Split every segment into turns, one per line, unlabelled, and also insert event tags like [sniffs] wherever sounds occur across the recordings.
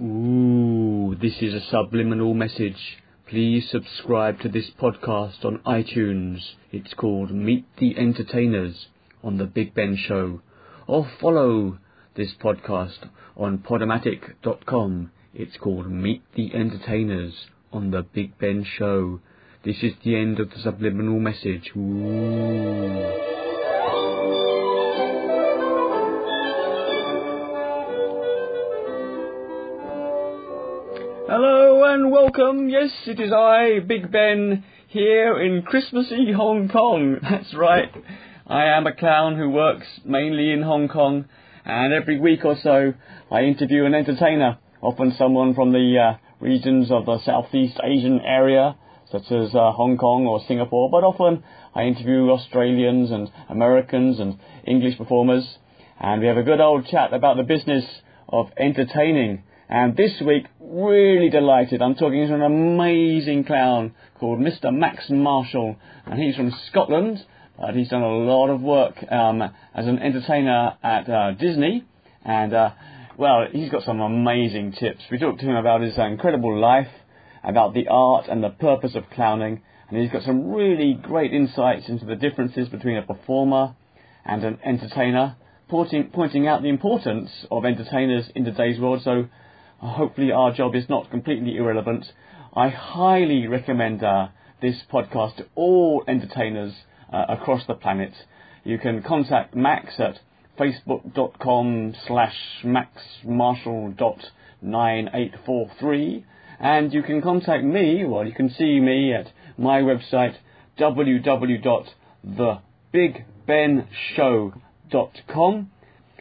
Ooh, this is a subliminal message. Please subscribe to this podcast on iTunes. It's called Meet the Entertainers on The Big Ben Show. Or follow this podcast on podomatic.com. It's called Meet the Entertainers on The Big Ben Show. This is the end of the subliminal message. Ooh. Hello and welcome. Yes, it is I, Big Ben, here in Christmassy Hong Kong. [laughs] That's right. I am a clown who works mainly in Hong Kong, and every week or so I interview an entertainer, often someone from the uh, regions of the Southeast Asian area, such as uh, Hong Kong or Singapore, but often I interview Australians and Americans and English performers, and we have a good old chat about the business of entertaining. And this week, really delighted, I'm talking to an amazing clown called Mr. Max Marshall, and he's from Scotland, but he's done a lot of work um, as an entertainer at uh, Disney, and uh, well, he's got some amazing tips. We talked to him about his uh, incredible life, about the art and the purpose of clowning, and he's got some really great insights into the differences between a performer and an entertainer, pointing, pointing out the importance of entertainers in today's world. So uh, hopefully our job is not completely irrelevant. I highly recommend uh, this podcast to all entertainers uh, across the planet. You can contact Max at facebook.com slash maxmarshall.9843 and you can contact me, well you can see me at my website www.thebigbenshow.com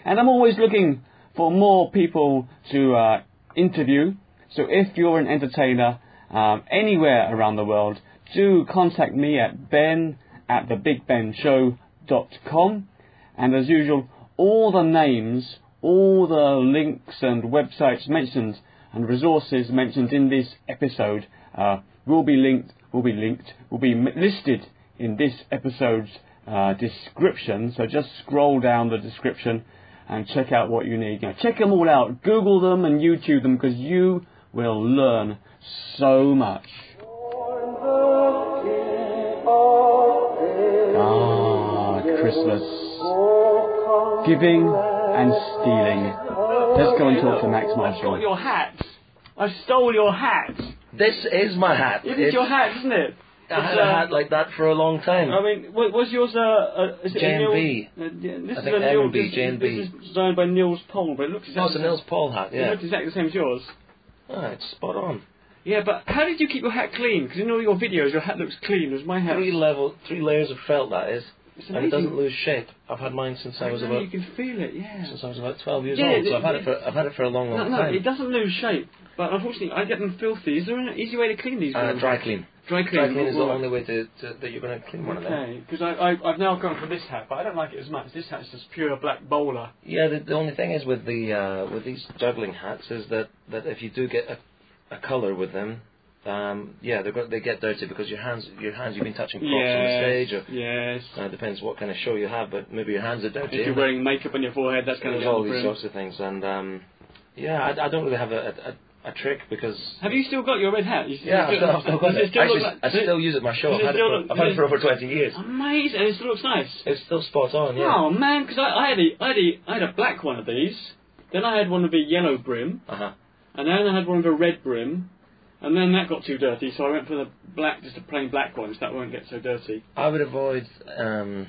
and I'm always looking for more people to uh, interview. So if you're an entertainer um, anywhere around the world, do contact me at ben at thebigbenshow.com. And as usual, all the names, all the links and websites mentioned and resources mentioned in this episode uh, will be linked, will be linked, will be m- listed in this episode's uh, description. So just scroll down the description and check out what you need. You know, check them all out. Google them and YouTube them because you will learn so much. Ah, Christmas. Giving and stealing. Let's go and talk to Max
Got
Marshall.
your hat. I stole your hat.
This is my hat.
It is
It's-
your hat, isn't it?
I had
It's,
a
uh, Oh,
hat like that for a long time.
I mean, wa- was yours uh, uh, is it a Neil?
J&B.
Uh, yeah, this
I
is
think
a Neil.
M&B,
This,
J&B.
this is designed by Neil's Pole, but it looks
no, Oh, it's
exactly
a Nils Paul hat.
it
Yeah,
looks exactly the same as yours.
ah, it's spot on.
Yeah, but how did you keep your hat clean? Because in all your videos, your hat looks clean. Whereas my hat?
Three level, three layers of felt that is,
It's
and it
amazing.
doesn't lose shape. I've had mine since I was
No,
about
you can feel it. Yeah.
since I was about twelve years
Yeah,
old. So I've had
it-
it for I've had it for a long,
No,
long
no, it
time.
doesn't lose shape. But unfortunately, I get them filthy. Is there an easy way to clean these?
Uh,
ones?
dry clean.
Dry clean.
Dry clean is the
Right.
only way to, to, that you're going to clean one of them.
Okay, because I, I, I've now gone for this hat, but I don't like it as much. This hat's just pure black bowler.
Yeah, the, the only thing is with the uh, with these juggling hats is that, that if you do get a, a color with them, um, yeah, they're going, they get dirty because your hands your hands you've been touching props on the stage or
yes.
Uh, it depends what kind of show you have, but maybe your hands are dirty.
If you're wearing makeup on your forehead, that's going to
There's
be
all
all
these sorts of things, and um, yeah, I, I don't really have a, a, a trick because
Have you still got your red hat? You, you
yeah, I've
still,
still, I've still got
does
it.
it still
Actually,
look like,
I
does it-
still use it at my show.
does
I've
it
had it,
still
for,
look-
I've had it
does
for over twenty years.
Amazing, and it still looks nice.
It's still spot on. Yeah.
Oh man, because I, I had a, I had a, I had a black one of these. Then I had one with a yellow brim,
Uh huh.
and then I had one with a red brim, and then that got too dirty, so I went for the black, just a plain black one, so that won't get so dirty.
I would avoid. Um,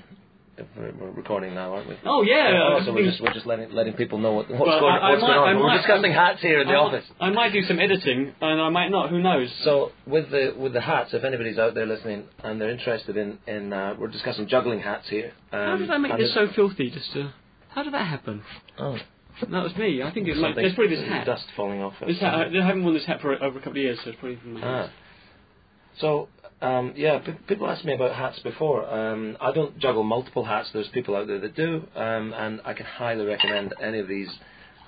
if we're we're recording now, aren't we?
Oh yeah,
Oh, so we're just we're just letting letting people know what, what's,
Well,
going,
I- I
what's
might-
going
I
on. We're
might-
discussing hats here in the
I,
office.
I might do some editing, and I might not. Who knows?
So with the with the hats, if anybody's out there listening and they're interested in in uh, we're discussing juggling hats here. Um,
How did I make
and
this
it-
so filthy? Just to, how did that happen?
Oh,
That was me. I think it's like
something-
there's probably this hat.
Dust falling off. it.
This hat. uh, I, I haven't worn this hat for over a couple of years, so it's probably from my
Ah. So um, yeah, p- people asked me about hats before. Um, I don't juggle multiple hats. There's people out there that do, um, and I can highly recommend any of these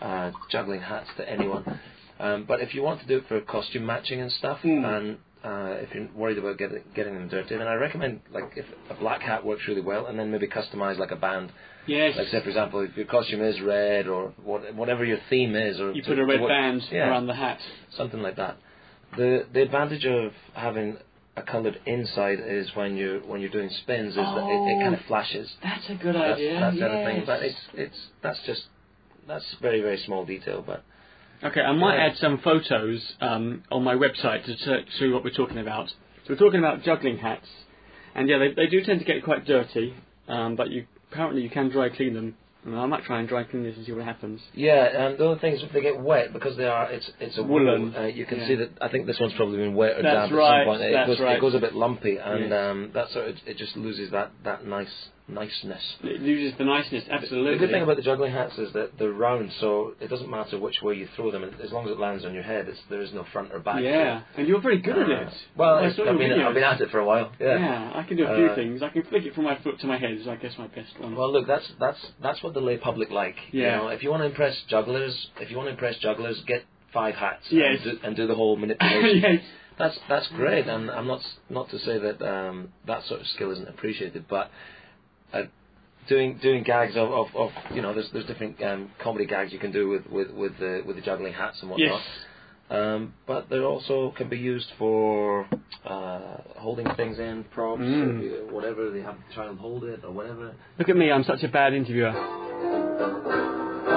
uh, juggling hats to anyone. Um, but if you want to do it for costume matching and stuff,
Hmm.
Mm.
and uh, if you're worried about getting getting them dirty, then I recommend like if a black hat works really well, and then maybe customize like a band
Yes.
Like say, for example, if your costume is red or what, whatever your theme is, or
You
to-
put a red
what-
band
yeah.
around the hat.
something like that. The the advantage of having a coloured inside is when you when you're doing spins is that it, it kind of flashes.
That's a Oh. good
That's,
idea.
that's the
yes.
other thing, but it's it's that's just that's very very small detail, but
Okay, I might
Yeah.
add some photos um, on my website to t- show you what we're talking about. So we're talking about juggling hats, and yeah, they, they do tend to get quite dirty, um, but you apparently you can dry clean them. And I might try and dry clean this and see what happens.
Yeah, um, the other thing is if they get wet because they are it's it's a
Woolen,
wool. Uh, you can
yeah.
see that. I think this one's probably been wet or
That's
damp
right,
at some point. It
that's
goes
right.
it goes a bit lumpy, and
Yes.
um, that sort of it just loses that that nice niceness.
It loses the niceness, absolutely.
The good thing about the juggling hats is that they're round, so it doesn't matter which way you throw them, as long as it lands on your head. It's, there is no front or back.
yeah, and you're very good at
Uh,
it.
Well,
I
it's-
saw your
I've been
videos.
I've been at it for a while.
yeah.
Yeah.
I can do a few
Uh,
things. I can flick it from my foot to my head is, I guess, my best one.
Well, look, that's that's that's what the lay public like.
Yeah.
You know, if you want to impress jugglers, if you want to impress jugglers, get five hats
Yes.
and, do, and do the
[laughs]
whole
[laughs]
manipulation.
yes.
That's that's great, and I'm not not to say that um, that sort of skill isn't appreciated, but uh, doing doing gags of, of, of you know there's there's different um, comedy gags you can do with with with the with the juggling hats and whatnot.
Yes.
Um, but they also can be used for uh, holding things in props,
Mm.
if you- whatever they have to try and hold it or whatever.
Look at me, I'm such a bad interviewer.
Oh,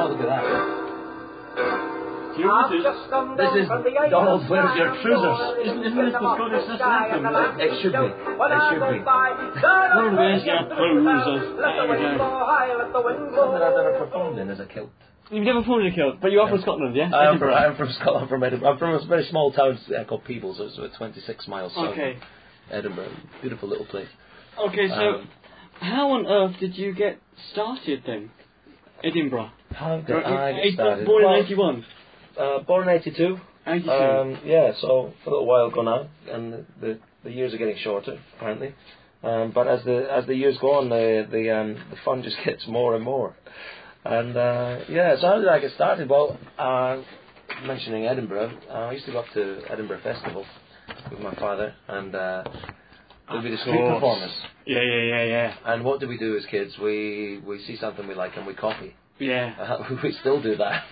look at that!
Do you know what this is?
This is Donald Where's Your Trousers.
Isn't- isn't this the Scottish national anthem?
It should be. It should be.
Well,
where's your trousers?
Let the
There you
wind
go.
blow high, let the wind blow
Something I've never performed in is a
[laughs]
kilt.
You've never formed a kilt, but you are from Scotland, yeah?
I'm from, I'm from Scotland. I'm from Edinburgh. I'm from a very small town uh, called Peebles. It's about 26 miles south
Okay.
of Edinburgh. Beautiful little place.
Okay, so
Um,
how on earth did you get started then? Edinburgh.
How did
Right,
I
eh,
get started?
Born in
Well,
81.
uh, born in 82.
82.
Um, yeah, so for a little while ago now, and the, the, the years are getting shorter apparently. Um, but as the as the years go on, the the um, the fun just [laughs] gets more and more. And uh, yeah, so how did I get started? Well, uh, mentioning Edinburgh, uh, I used to go up to Edinburgh Festival with my father, and uh, there'd be the street
course.
performers.
yeah, yeah, yeah, yeah.
And what do we do as kids? We we see something we like and we copy.
Yeah.
Uh, [laughs] we still do that.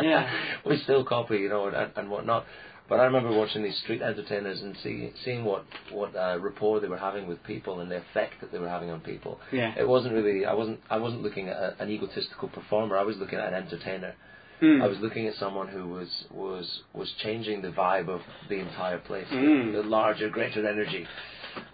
Yeah.
[laughs] we still copy, you know, and, and whatnot. But I remember watching these street entertainers and see, seeing what what uh, rapport they were having with people and the effect that they were having on people.
Yeah.
It wasn't really. I wasn't. I wasn't looking at a, an egotistical performer. I was looking at an entertainer.
Mm.
I was looking at someone who was was was changing the vibe of the entire place,
Mm.
the, the larger, greater energy.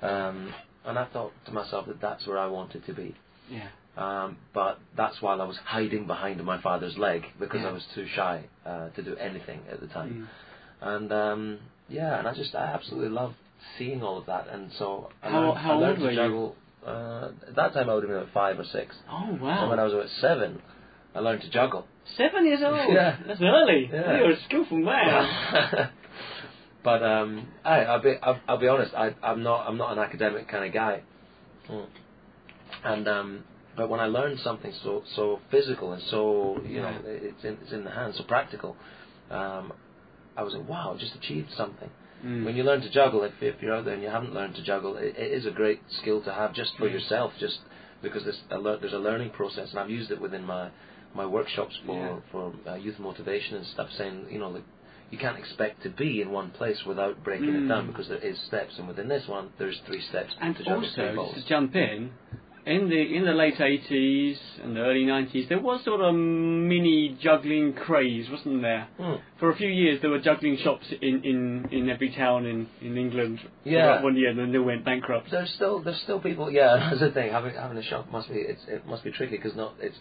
Um, and I thought to myself that that's where I wanted to be.
Yeah.
Um, but that's while I was hiding behind my father's leg because
Yeah.
I was too shy uh, to do anything at the time.
Mm.
And um, yeah, and I just I absolutely loved seeing all of that. And so I
How-
learned,
how
I learned
old were
to
you?
juggle. Uh, at that time I would have been about five or six.
Oh,
And when I
wow.
was about seven, I learned to juggle.
Seven years old?
[laughs] Yeah.
That's early.
Yeah.
You're a skillful man.
[laughs] but um, I, I'll be I'll, I'll be honest. I, I'm not I'm not an academic kind of guy. Mm. And um, but when I learned something so so physical and so you know
Yeah.
it's in it's in the hand so practical, um, I was like wow I just achieved something.
Mm.
When you learn to juggle, if if you're out there and you haven't learned to juggle, it, it is a great skill to have just for
Mm.
yourself, just because there's a lear- there's a learning process, and I've used it within my my workshops for for uh, youth motivation and stuff, saying you know like you can't expect to be in one place without breaking it down
Mm.
because there is steps, and within this one there's three steps
And
to juggle three
also,
balls.
just to jump in, in the in the late eighties and the early nineties, there was sort of a mini juggling craze, wasn't there?
Mm.
For a few years, there were juggling shops in, in, in every town in, in England.
Yeah.
About One year, and then they went bankrupt.
There's still there's still people. Yeah, [laughs] that's the thing. Having having a shop must be it's, it must be tricky because not it's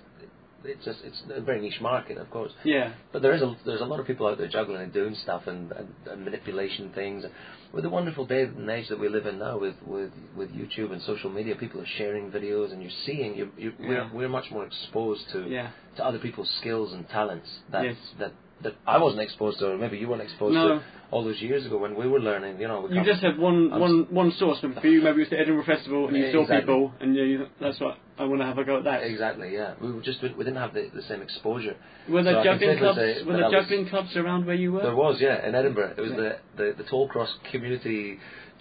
it's just it's a very niche market, of course.
Yeah.
But there is a there's a lot of people out there juggling and doing stuff and, and, and manipulation things. With the wonderful day and age that we live in now, with with with YouTube and social media, people are sharing videos and you're seeing you you
Yeah.
we're, we're much more exposed to
Yeah.
to other people's skills and talents that
Yes.
that that I wasn't exposed to, or maybe you weren't exposed
No.
to all those years ago when we were learning. You know, we
You
come-
just had one
I'm
one one source. For you, maybe it was the Edinburgh Festival, and you
Yeah,
saw
exactly.
people, and you, that's what I want to have a go at that.
Exactly, yeah. We were just we didn't have the, the same exposure.
Were
So
there
I can
juggling
safely
clubs?
say
Were
that
there
I was-
juggling clubs around where you were?
There was, yeah, in Edinburgh. It was
Yeah.
the, the the Tollcross Community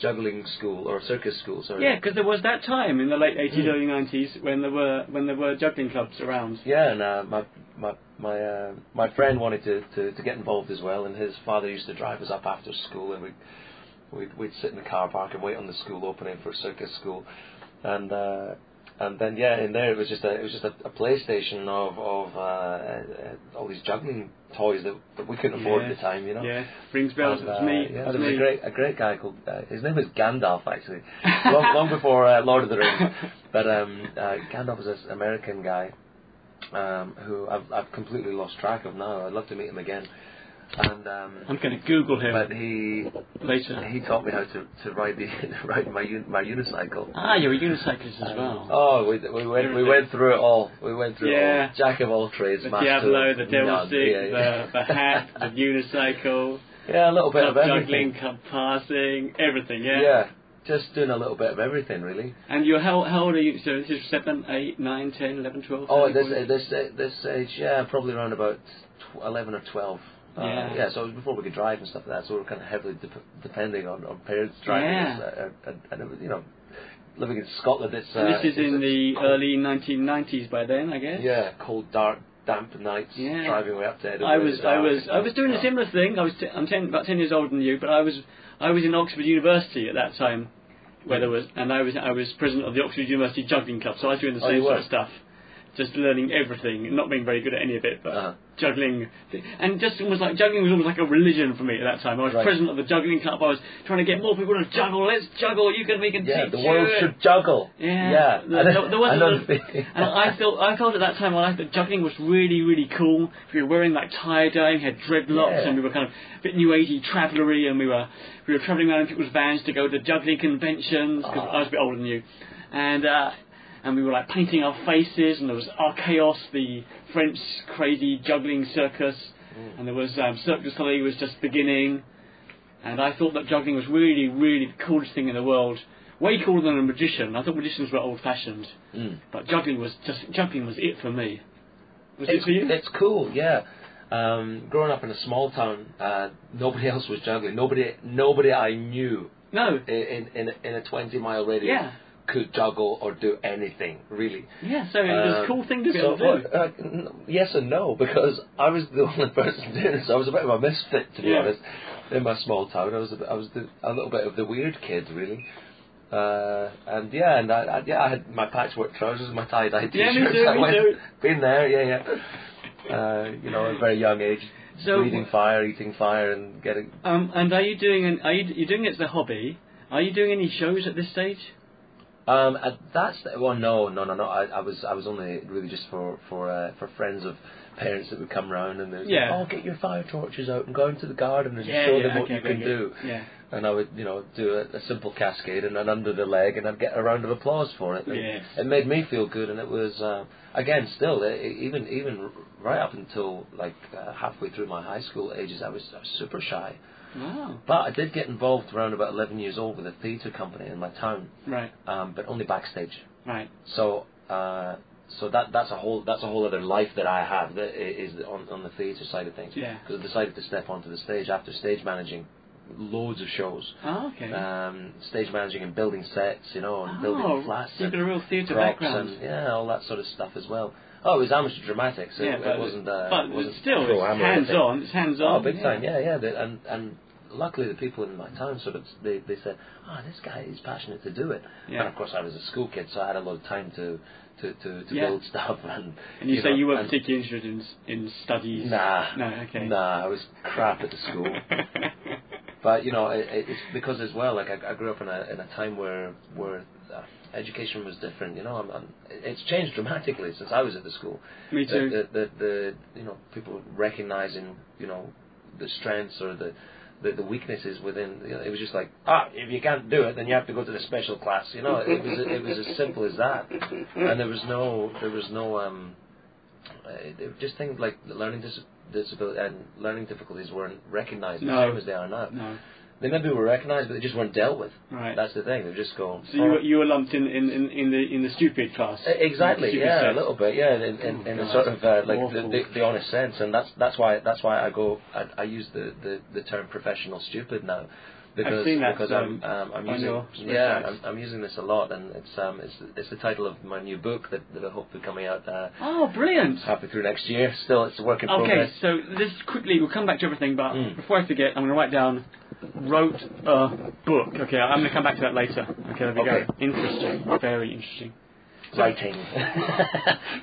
Juggling School or Circus School. Sorry.
Yeah, because there was that time in the late 80s,
Mm.
early 90s when there were when there were juggling clubs around.
Yeah, and uh, my my my uh, my friend wanted to, to, to get involved as well, and his father used to drive us up after school, and we we'd, we'd sit in the car park and wait on the school opening for circus school, and uh, and then yeah, in there it was just a it was just a, a PlayStation of of uh, uh, all these juggling toys that, that we couldn't afford at the
Yes,
time, you know.
Yeah, rings bells.
And,
it was
uh,
me.
yeah,
it was
there was
me.
a great, a great guy called. Uh, his name was
[laughs]
Gandalf, actually, long, long before uh, Lord of the Rings. But um, uh, Gandalf was this American guy um, who I've, I've completely lost track of now. I'd love to meet him again. And um,
I'm going to Google him
but he
later.
he taught me how to, to ride the [laughs] ride my un, my unicycle.
Ah, you're a unicyclist as
Um,
well.
Oh, we, we went we went through it all. We went through it
Yeah.
all. Jack of all trades,
the
master.
Diablo,
of
the Devil's
none.
Stick,
Yeah,
the, the hat, the unicycle,
[laughs] yeah, a little bit
club
of
juggling,
everything.
club passing, everything. Yeah.
yeah, just doing a little bit of everything, really.
And you're how how old are you? So this is seven, eight, nine, ten, eleven, twelve.
Oh, at
13,
this at this at this age, yeah, probably around about tw- eleven or twelve. Uh,
Yeah.
yeah, so it was before we could drive and stuff like that, so we were kind of heavily dep depending on, on parents driving
Yeah.
us, uh, uh, and, and it was, you know, living in Scotland, it's. Uh,
And this is
it's-
in the
it's cold,
early 1990s by then, I guess.
Yeah, cold, dark, damp nights.
Yeah.
Driving way up to Edinburgh.
I was,
it's
I
dark.
was, I was doing a similar thing. I was, t- I'm ten, about ten years older than you, but I was, I was in Oxford University at that time, where
Hmm.
there was, and I was, I was president of the Oxford University Juggling Club, so I was doing the
Oh,
same
you
sort
were?
of stuff, just learning everything, not being very good at any of it, but
Uh-huh.
juggling, and just almost like juggling was almost like a religion for me at that time. I was
Right.
president of the juggling club. I was trying to get more people to juggle. Let's juggle. You can, we can
Yeah,
teach
the world
you.
should juggle.
Yeah.
Yeah.
There, there, there wasn't
Another
a-
thing.
[laughs] and I felt I felt at that time I thought juggling was really really cool. We were wearing like tie dye, we had dreadlocks,
Yeah.
and we were kind of a bit new agey travellery, and we were we were travelling around in people's vans to go to juggling conventions because
Ah.
I was a bit older than you, and. Uh, and we were like painting our faces, and there was Archaos, the French crazy juggling circus,
Mm.
and there was um, Cirque du Soleil was just beginning, and I thought that juggling was really, really the coolest thing in the world. Way cooler than a magician. I thought magicians were old-fashioned.
Mm.
But juggling was just juggling was it for me. Was
it's,
it for you?
It's cool, yeah. Um, growing up in a small town, uh, nobody [laughs] else was juggling. Nobody, nobody I knew
no.
in in, in, a, in a twenty mile radius
Yeah.
could juggle or do anything really.
Yeah. So it was
Um,
a cool thing to be
so,
able to do.
well, uh, n- yes and no, because I was the [laughs] only person doing it, so I was a bit of a misfit, to be
Yeah.
honest. In my small town, I was a bit, I was the, a little bit of the weird kid, really. Uh, and yeah, and I, I, yeah, I had my patchwork trousers, and my tie dye t-shirts.
Yeah, me too,
[laughs] I
me
went,
too.
Been there, yeah, yeah. Uh, you know, at a very young age,
So-
breathing fire, eating fire, and getting.
um, and are you doing an, are you you doing it as a hobby? Are you doing any shows at this stage?
Um, at that's well, no, no, no, no. I, I was, I was only really just for for uh, for friends of parents that would come round and they would
Yeah.
say, "Oh, get your fire torches out and go into the garden and
Yeah,
show
yeah,
them what
okay,
you can
okay.
do."
Yeah.
And I would, you know, do a, a simple cascade and an under the leg, and I'd get a round of applause for it. And
Yes.
It made me feel good, and it was uh, again still i i- even even right up until like uh, halfway through my high school ages, I was, I was super shy.
Wow.
But I did get involved around about eleven years old with a theatre company in my town,
Right.
um, but only backstage.
Right.
So uh, so that that's a whole that's a whole other life that I have that i- is on on the theatre side of things.
Yeah.
Because I decided to step onto the stage after stage managing loads of shows,
Oh, okay.
um, stage managing and building sets, you know, and
oh,
building flats
you've
and
got a real theatre
props
background.
and yeah, all that sort of stuff as well. Oh, it was amateur dramatics. It,
yeah, but
it wasn't. Uh,
but
it wasn't
still, it's
pro-am or anything.
hands-on. It's hands-on.
Oh, big
yeah.
time, yeah, yeah. They, and and luckily the people in my town sort of they they said, oh, this guy is passionate to do it.
Yeah.
And of course I was a school kid, so I had a lot of time to to to, to
Yeah.
build [laughs] stuff and.
And you, say
know,
you weren't
and-
particularly interested in in studies.
Nah.
No. Okay.
Nah, I was crap at the school. But you know, it, it- it's because as well, like I, I grew up in a in a time where where uh, education was different. You know, I'm, I'm, it's changed dramatically since I was at the school.
[laughs] Me too.
The, the, the, the you know people recognizing you know the strengths or the the, the weaknesses within. You know, it was just like ah, if you can't do it, then you have to go to the special class. You know, it was it was as simple as that, and there was no there was no um, uh, there were just things like learning dis- disability and learning difficulties weren't recognized the
No.
same as they are now.
no.
They maybe were recognised, but they just weren't dealt with.
Right.
That's the thing. They've just "Oh, gone.
so you, were- you were lumped in, in, in, in the in the stupid class.
E- Exactly.
Stupid
Yeah,
set.
a little bit. Yeah, in, in,
Oh,
in the
God,
sort of uh, like the,
awful.
the, the honest sense, and that's that's why that's why I go. I, I use the, the, the term professional stupid now because
seen that,
because I'm
um,
um, I'm
on
using
your
yeah
website.
I'm, I'm using this a lot, and it's um it's it's the title of my new book that, that I hope will be coming out uh,
Oh, brilliant.
halfway through next year. Still, it's a work in
Okay,
progress.
so this quickly, we'll come back to everything, but
Mm.
before I forget, I'm going to write down wrote a book. Okay, I'm going to come back to that later. Okay, there we
Okay.
go. Interesting. Very interesting. so-
Writing, [laughs]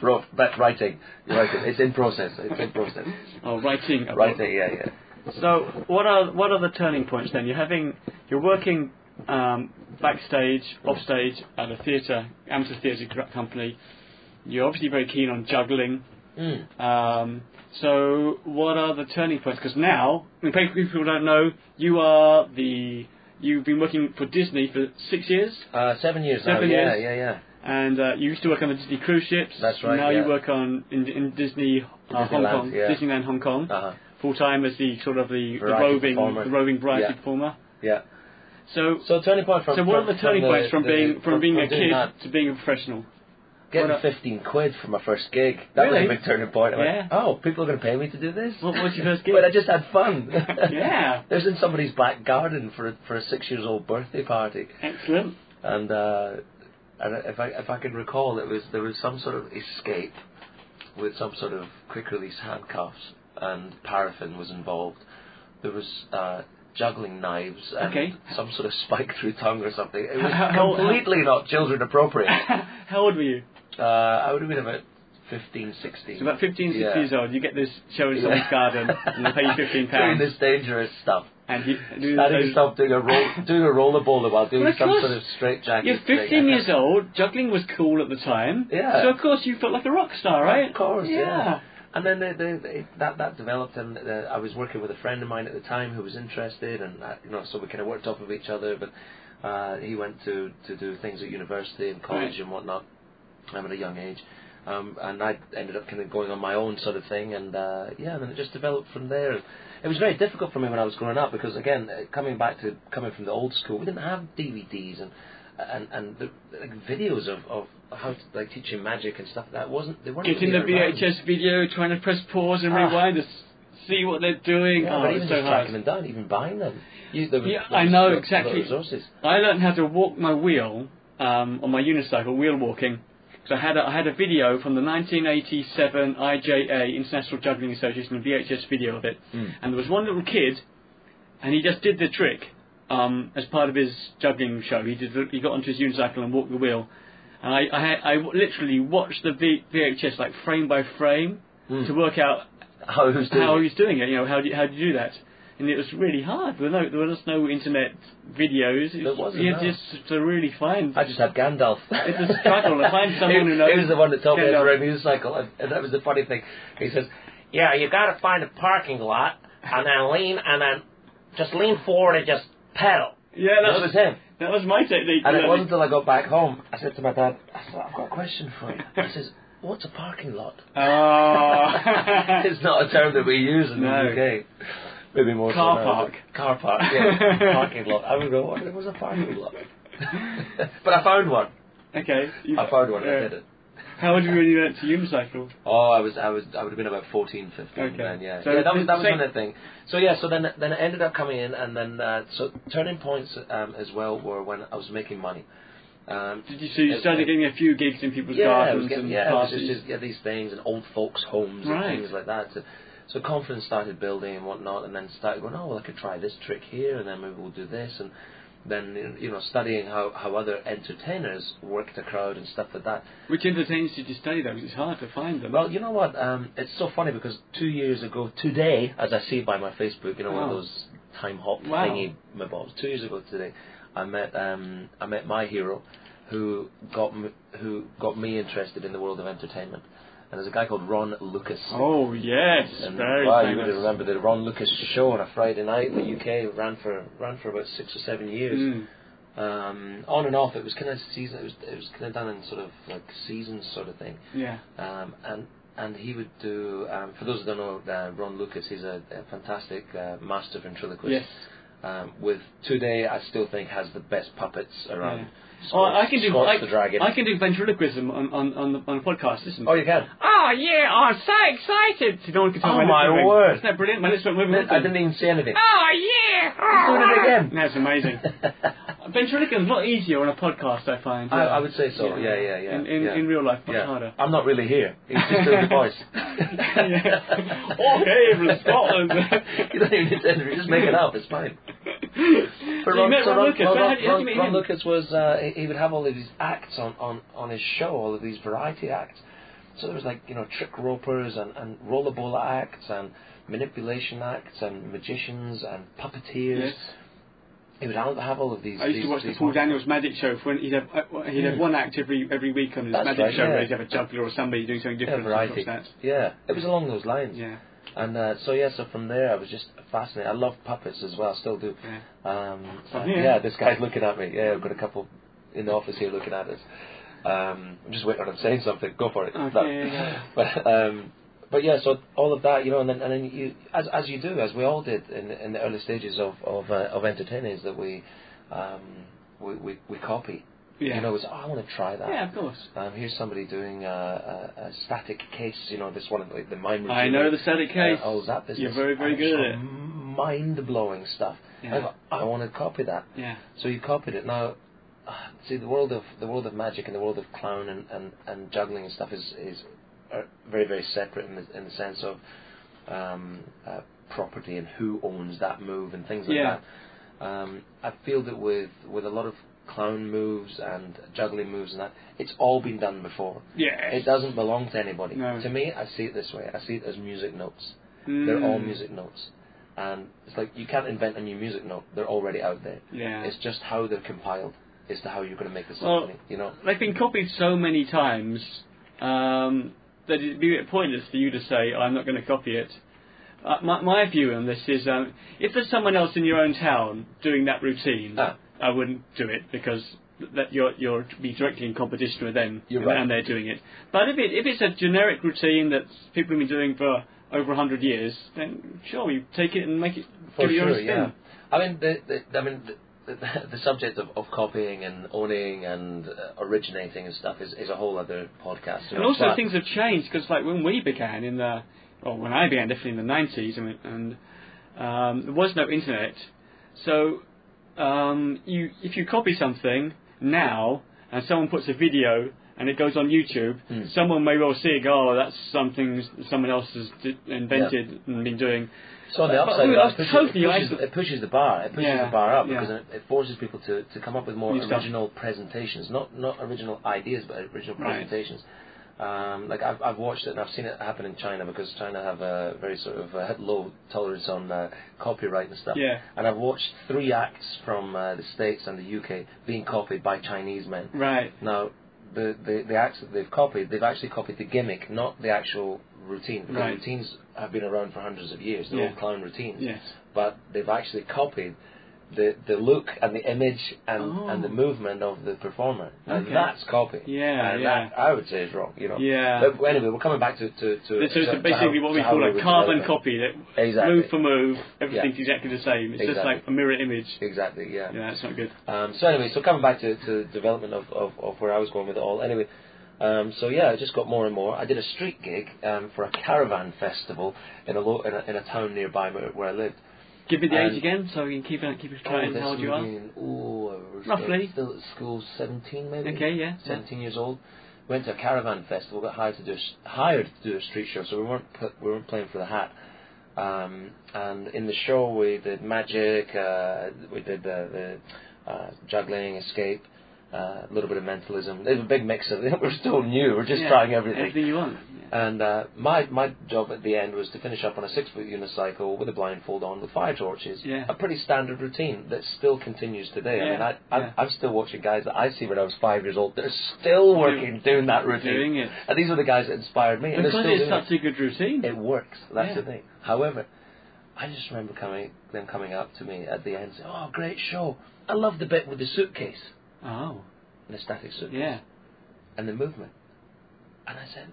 Rob, but writing, writing. It's in process. It's in process.
Oh, writing. a book.
Writing, yeah, yeah.
So, what are what are the turning points then? You're having you're working um, backstage, offstage at a theatre, amateur theatre co- company. You're obviously very keen on juggling.
Mm.
Um, so, what are the turning points? Because now, I mean, people people don't know you are the you've been working for Disney for six years,
Uh, seven years
Seven
now.
years.
Yeah, yeah, yeah.
and uh, you used to work on the Disney cruise ships.
That's right,
Now
yeah.
you work on in, in Disney uh, Hong
Disneyland,
Kong,
yeah.
Disneyland Hong Kong,
Uh-huh.
full time as the sort of the, the
Variety
roving
performer.
the roving variety
Yeah.
performer.
Yeah.
So,
So turning point from
so what are
from-
the turning
from
points from
the-
being from, being a
doing
kid
that,
to being a professional?
getting
what a-
fifteen quid for my first gig? That was
Really?
a big turning point. I went,
Yeah.
oh, people are going to pay me to do this.
What was your first gig?
[laughs] But I just had fun. [laughs]
Yeah.
I was in somebody's back garden for a, for a six years old birthday party,
Excellent. [laughs]
and uh, and if I if I can recall, it was there was some sort of escape with some sort of quick release handcuffs, and paraffin was involved. There was. Uh, Juggling knives and
Okay.
some sort of spike through tongue or something. It
[laughs]
was
How- how-
completely not children appropriate.
How old were you?
Uh, I would have been about 15, 16.
So about 15, 16
Yeah.
years old. You get this show in
Yeah.
someone's garden and they pay you 15
[laughs] Doing
pounds.
this dangerous stuff.
And you, do
Standing
those-
yourself doing a roll, doing a rollerballer while doing
Well, of
some
course.
sort of straight jacket.
You're 15 years old. Juggling was cool at the time.
Yeah.
So of course you felt like a rock star, right?
Of course, yeah.
Yeah.
And then they, they, they, that that developed, and uh, I was working with a friend of mine at the time who was interested, and uh, you know, so we kind of worked off of each other. But uh, he went to to do things at university and college
Right.
and whatnot. I'm at a young age, um, and I ended up kind of going on my own sort of thing, and uh, yeah, and then it just developed from there. It was very difficult for me when I was growing up because again, uh, coming back to coming from the old school, we didn't have DVDs and and and the like videos of of how to like teaching magic and stuff. That wasn't they weren't
Getting the
really around.
VHS video, trying to press pause and
Ah.
rewind to s- see what they're doing.
Yeah,
oh,
but
it's
even
so
just
hard.
tracking them down, even buying them. You, there was-
Yeah,
there
I
was
know,
no- no
exactly.
Resources.
I learned how to walk my wheel um, on my unicycle, wheel walking. So I had a, I had a video from the 1987 IJA International Juggling Association, a VHS video of it, and there was one little kid, and he just did the trick um, as part of his juggling show. He did the- he got onto his unicycle and walked the wheel, and I I, had, I w- literally watched the v, VHS like frame by frame to work out
How who's doing
how
it?
he was doing it. You know, how do you, how do you do that? And it was really hard. There, were no, there was no internet videos. It
There
was,
wasn't,
you had
no.
just to really find.
I just had Gandalf.
It's a struggle to
[laughs]
find someone who knows
He was the one that told me
Gandalf.
over a motorcycle, and, and that was the funny thing. He says, "Yeah, you got to find a parking lot, and then lean, and then just lean forward and just pedal."
yeah, that,
That was him.
That was my technique.
And
you
it
know.
wasn't until I got back home, I said to my dad, I said, "I've got a question for you." He says, "What's a parking lot?"
[laughs]
[laughs]
Ah. [laughs]
Uh, it's not a term that we use in
No.
the UK. Maybe more so
Car
now,
park.
but- Car park.
[laughs]
Yeah. parking lot. I would go. What it was a parking lot. [laughs] but I found one.
okay. you-
I found one.
yeah.
I did it.
How would you really learn to unicycle?
Oh, I was, I was, I would have been about 14, 15
Okay.
then. Yeah,
So
yeah. That was, that was
same-
another thing. So yeah, so then, then I ended up coming in, and then uh, so turning points um, as well were when I was making money. Um,
Did you so you
it-
started
it-
getting a few gigs in people's
yeah, it
gardens
was getting,
and
yeah, it was
parties?
just, just yeah, these things and old folks' homes
Right.
and things like that. So, so confidence started building and whatnot, and then started going, oh well, I could try this trick here, and then maybe we'll do this, and then you know studying how how other entertainers worked a crowd and stuff like that.
Which entertainers did you study though? 'Cause it's hard to find them.
Well, you know what? Um, it's so funny because two years ago today, as I see by my Facebook, you know, one of
Oh.
those time hop
Wow.
thingy my bobs. Two years ago today, I met um, I met my hero, who got m- who got me interested in the world of entertainment, and there's a guy called Ron Lucas.
oh yes,
And,
very
wow, you
famous.
would remember the Ron Lucas show on a Friday night in the UK ran for ran for about six or seven years
Mm.
um, on and off. It was kind of season. It was it was kind of done in sort of like seasons sort of thing.
Yeah.
Um, and and he would do. Um, for those who don't know, uh, Ron Lucas. He's a, a fantastic uh, master ventriloquist.
Yes.
um, with today I still think has the best puppets around.
Yeah. Oh,
Squatch-
I can do
Squatch
I,
the dragon.
I can do ventriloquism on on on the, on the podcast. Listen.
oh, you can.
Oh yeah, I'm so excited. See, no one can tell my,
Oh,
lips
my
are moving.
word.
Isn't that brilliant? My lips went moving.
I didn't even say anything.
Oh yeah. Ah!
doing it again.
That's
[laughs]
amazing. Ventriloquism is a lot easier on a podcast, I find.
I, I would say so. Yeah, yeah, yeah.
In in,
yeah.
in real life, much
yeah. [laughs]
harder.
I'm not really here. He's just doing the voice.
[laughs] Yeah. Oh, hey, from Scotland.
[laughs] you don't even need to interview. Just make it up. It's fine.
[laughs] So you met
so
Ron Lucas.
Ron,
Where had you- how'd you
Ron-
meet
Ron
him?
Lucas was uh, he- he would have all of these acts on, on, on his show, all of these variety acts. So there was like you know trick ropers and and rollerball acts and manipulation acts and magicians and puppeteers.
Yes.
He would have, have all of these.
I used
these,
to watch the
these
Paul
monsters.
Daniels Magic Show. For when he'd have uh, he'd have
Mm.
one act every every week on his
That's
magic
right,
show
yeah.
where he'd have a juggler or somebody doing something
Yeah,
different.
variety.
Watch
Yeah, it was along those lines.
that. Yeah.
And uh, so yeah, so from there I was just fascinated. I love puppets as well, I still do.
Yeah.
Um,
Oh,
uh,
yeah.
yeah. this guy's looking at me. Yeah, I've got a couple in the office here looking at us. Um, I'm just waiting on him saying something. Go for it.
Okay,
No.
yeah, yeah.
[laughs] but um, but yeah, so all of that, you know, and then, and then you, as as you do, as we all did in in the early stages of of, uh, of entertaining, is that we, um, we we we copy.
Yeah.
You know, it's oh, I want to try that.
yeah, of course.
Um, here's somebody doing uh, a, a static case, you know, this one, the, the mime
I
routine.
know the static case.
Uh, oh, that
You're
business.
very, very good at it.
Mind blowing stuff.
Yeah.
I, thought, I want to copy that.
Yeah.
So you copied it. Now, ah, see the world of the world of magic and the world of clown and, and, and juggling and stuff is is are very very separate in the in the sense of um, uh, property and who owns that move and things like
Yeah.
that. Um, I feel that with with a lot of clown moves and juggling moves and that, it's all been done before.
Yeah.
It doesn't belong to anybody.
No.
To me, I see it this way. I see it as music notes.
Mm.
They're all music notes. And it's like you can't invent a new music note. They're already out there.
Yeah.
It's just how they're compiled as to how you're going to make the
Well-
symphony. you know.
They've been copied so many times um, that it'd be a bit pointless for you to say, I'm not going to copy it. Uh, my, my view on this is um, if there's someone else in your own town doing that routine,
Ah.
I wouldn't do it because that you're you're be directly in competition with them
You're
and,
right.
and they're doing it. But if it if it's a generic routine that people have been doing for over a hundred years, then sure you take it and make it
For
give it your own
sure,
spin.
yeah. I mean, the, the, I mean, the, [laughs] the, the subject of, of copying and owning and uh, originating and stuff is, is a whole other podcast. you
And
know,
also
but-
things have changed because like when we began in the, well when I began definitely in the nineties and, and um, there was no internet, so um, you if you copy something now and someone puts a video and it goes on YouTube,
Hmm.
someone may well see it go, oh that's something someone else has d- invented and been doing.
So on the
But- but
upside,
we
of that,
lost
it, pushes,
totally
it,
isol-
pushes, it pushes the bar. It pushes
Yeah,
the bar up
yeah.
because it, it forces people to, to come up with more
New stuff.
original presentations, not not original ideas, but original
Right.
presentations. Um, like I've, I've watched it and I've seen it happen in China because China have a very sort of uh, low tolerance on uh, copyright and stuff.
Yeah.
And I've watched three acts from uh, the States and the UK being copied by Chinese men.
Right.
Now, the, the, the acts that they've copied, they've actually copied the gimmick, not the actual routine. Because
Right.
routines have been around for hundreds of years. They're
Yeah.
all clown routines.
Yes.
But they've actually copied the, the look and the image and, and the
Oh.
movement of the performer. And
Okay.
that's copy.
Yeah,
And
yeah.
that, I would say, is wrong, you know.
Yeah.
But anyway, we're coming back to... to, to
So
to-
it's
to
basically
how-
what we
to how
call
we
a
would
carbon
develop it.
copy that
Exactly.
move for move, everything's exactly the same. It's just
Exactly.
like a mirror image.
Exactly, yeah.
Yeah, that's not good.
Um, so anyway, so coming back to, to the development of, of, of where I was going with it all. Anyway, um, so yeah, I just got more and more. I did a street gig um, for a caravan festival in a, lo- in a in a town nearby where, where I lived.
Give me the
And-
age again so we can keep it keep it
Oh,
trying
this
how old you
would
are.
be in- oh, I was
Roughly.
Still, still at school, seventeen maybe.
Okay, yeah, yeah.
Seventeen years old. Went to a caravan festival. Got hired to do a, s- hired to do a street show. So we weren't put, we weren't playing for the hat. Um, and in the show we did magic. Uh, we did the, the uh, juggling, escape, uh, a little bit of mentalism. There's a big mix of [laughs] it. We're still new. We're just
Yeah,
trying everything.
Everything you want.
And uh, my my job at the end was to finish up on a six foot unicycle with a blindfold on with fire torches.
Yeah.
A pretty standard routine that still continues today. I mean,
Yeah,
I, I'm,
yeah.
I'm still watching guys that I see when I was five years old. They're still working, doing that routine.
Doing it.
And these are the guys that inspired me. And
Because
they're still
it's
doing
such a good routine.
it. It works. That's
Yeah.
the thing. However, I just remember coming them coming up to me at the end saying, "Oh, great show! I love the bit with the suitcase,
oh,
the static suitcase,
yeah.
and the movement." And I said,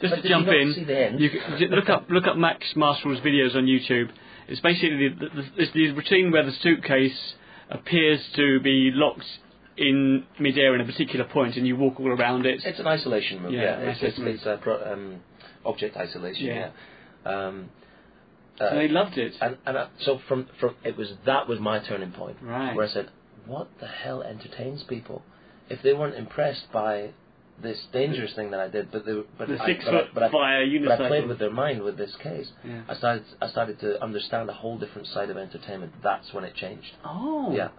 Did just
But
to
did you
jump
not
in,
see the end?
you c- j- look up look up Max Marshall's videos on YouTube. It's basically the, the, it's the routine where the suitcase appears to be locked in midair in a particular point, and you walk all around it.
It's an isolation move.
Yeah,
Yeah, it's, it's,
isolation move.
it's a pro- um, object isolation.
Yeah.
Yeah. Um,
and
uh,
they loved it.
and and uh, so from from it was that was my turning point
Right.
where I said, what the hell entertains people? If they weren't impressed by this dangerous thing that I did, but they were- but
The
I,
six
but I,
foot
but I,
fire
but I played
unicycle.
with their mind with this case.
Yeah.
I started I started to understand a whole different side of entertainment. That's when it changed.
oh,
Yeah.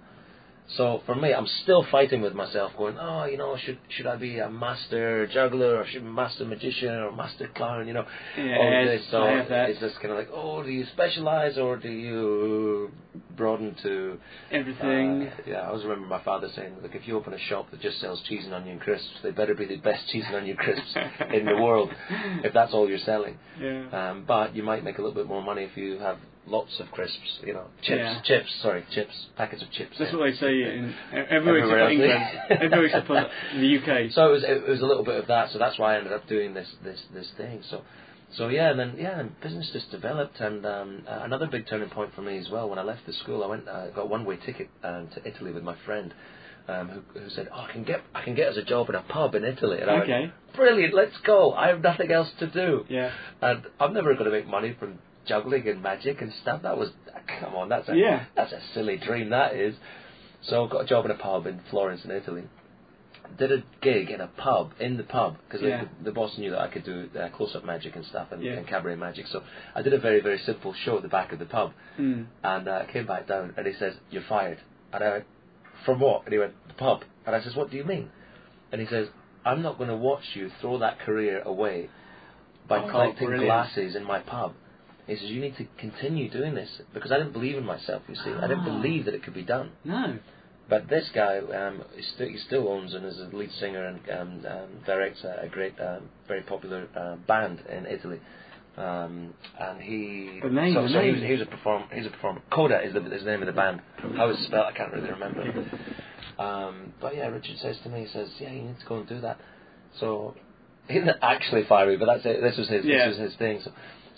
So for me, I'm still fighting with myself, going, oh, you know, should should I be a master juggler or should I be master magician or master clown? You know, all
Yes,
this. So
I have that.
it's just kind of like, oh, do you specialize or do you broaden to? uh,
everything.
yeah, I always remember my father saying, look, if you open a shop that just sells cheese and onion crisps, they better be the best cheese and onion crisps in the world. If that's all you're selling.
[laughs] yeah.
Um, but you might make a little bit more money if you have lots of crisps, you know, chips,
Yeah.
chips, sorry, chips, packets of chips.
That's
yeah.
what they say in E- everywhere,
Everywhere
except
else.
for
[laughs]
England, everywhere except for the UK.
So it was, it was a little bit of that. So that's why I ended up doing this this this thing. So, so yeah, and then yeah, and business just developed. And um, uh, another big turning point for me as well. When I left the school, I went uh, got one way ticket um, to Italy with my friend. Um, who, who said, "Oh, I can get I can get us a job in a pub in Italy." And I went,
Okay.
"Brilliant! Let's go! I have nothing else to do."
Yeah.
And I'm never going to make money from juggling and magic and stuff. That was, come on, that's a,
Yeah.
that's a silly dream, that is. So I got a job in a pub in Florence in Italy. Did a gig in a pub, in the pub, because
Yeah.
the, the boss knew that I could do uh, close-up magic and stuff and,
Yeah.
and cabaret magic. So I did a very, very simple show at the back of the pub.
Hmm.
And uh, I came back down and he says, You're fired. And I went, From what? And he went, The pub. And I says, What do you mean? And he says, I'm not going to watch you throw that career away by
Oh,
collecting
brilliant.
glasses in my pub. He says, You need to continue doing this because I didn't believe in myself, you see. I didn't
Ah.
believe that it could be done.
No.
But this guy, um, he, st- he still owns and is a lead singer and um, um, directs a, a great, um, very popular uh, band in Italy. Um, and he,
The name,
so,
the
so he was,
name.
he was a performer. He's a performer. Coda is the, is the name of the band. How it's spelled, I can't really remember. Um, but yeah, Richard says to me, he says, "Yeah, you need to go and do that." So he didn't actually fire me, but that's it. This was his.
Yeah.
This was his thing. So,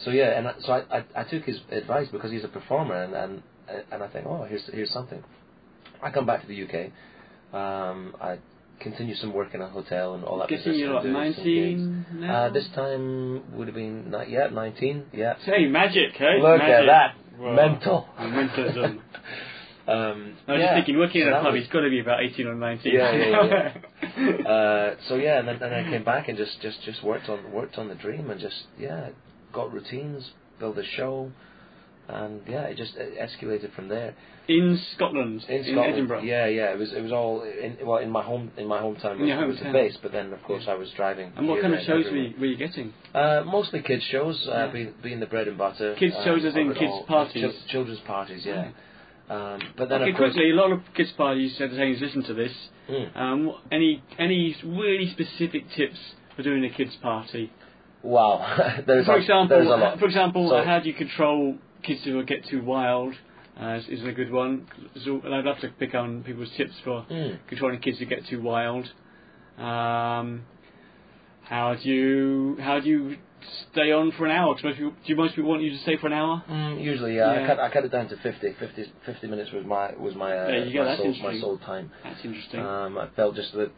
so yeah, and I, so I, I, I took his advice because he's a performer, and and and I think, oh, here's here's something. I come back to the UK. Um, I continue some work in a hotel and all that.
Guessing
business
you're
and
like
do some gigs.
19 now.
Uh, this time would have been ni- yeah, nineteen. Yeah.
Hey, magic, hey?
Look
magic.
at that.
Wow.
Mental. [laughs]
Mentalism.
um,
I was
yeah.
just thinking, working
So
in a
that
pub,
was-
he's got to be about 18 or 19.
[laughs] Yeah, yeah,
[laughs]
uh, so yeah, and then, and I came back and just, just, just worked on worked on the dream and just yeah, got routines, built a show, and yeah, it just it escalated from there.
in Scotland,
In Scotland,
Edinburgh.
yeah, yeah, it was it was all in well in my home in my hometown
In
was,
your
was the
hometown.
base, but then of course I was driving.
And what
here,
kind of
there,
shows
and
were you, were you getting?
everywhere. Uh, mostly kids shows, uh,
Yeah.
being, being the bread and butter.
Kids
um,
shows as in
of it
kids'
all.
parties?
Chil- children's parties, yeah. Um, but then
Okay,
of course,
quickly, a lot of kids' parties, entertainers listen to this.
Mm.
Um, what- any any really specific tips for doing a kids' party?
wow, [laughs] there's
for
a,
example, uh,
there's a lot.
for example,
So-
how do you control kids who get too wild? Uh, is, is a good one. So, and I'd love to pick on people's tips for
Mm.
controlling kids who get too wild. Um, how do you how do you stay on for an hour? 'Cause most people, do most people want you to stay for an hour?
Mm, usually, yeah.
Yeah.
I, cut, I cut it down to 50. 50, 50 minutes was my was my uh,
There you go,
my,
that's
soul,
interesting.
my soul time.
That's interesting.
Um, I felt just that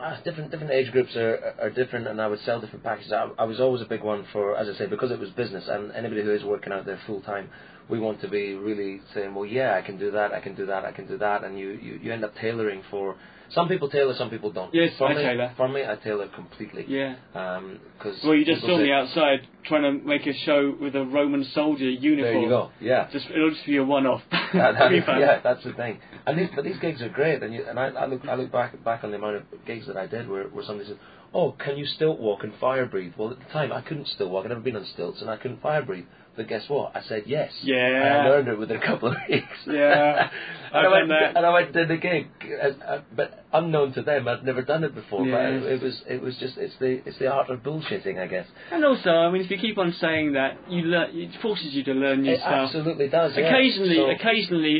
ah, different different age groups are are different, and I would sell different packages. I, I was always a big one for, as I say, because it was business, and anybody who is working out there full time, we want to be really saying, well, yeah, I can do that, I can do that, I can do that, and you you, you end up tailoring for. Some people tailor, some people don't.
Yes,
for
I
me,
tailor.
For me, I tailor completely.
yeah.
Um, cause
Well, you just
people
saw
say-
me outside trying to make a show with a Roman soldier uniform.
There you go. Yeah.
Just it'll just be a one-off.
That- that-
It'll [laughs] be fun.
[laughs] yeah, that's the thing. And these, but these gigs are great. And you, and I, I look I look back back on the amount of gigs that I did where, where somebody said, "Oh, can you stilt walk and fire breathe?" Well, at the time I couldn't stilt walk. I'd never been on stilts, and I couldn't fire breathe. But guess what? I said yes. And I
Yeah.
learned it within a couple of [laughs] weeks.
Yeah.
[laughs] and, I
I've done
went,
that.
and I went to the gig, and, uh, but unknown to them, I'd never done it before.
Yes.
But it, it was it was just it's the it's the art of bullshitting, I guess.
And also, I mean, if you keep on saying that, you learn. It forces you to learn new
It
stuff.
absolutely does. yeah.
Occasionally,
So-
occasionally,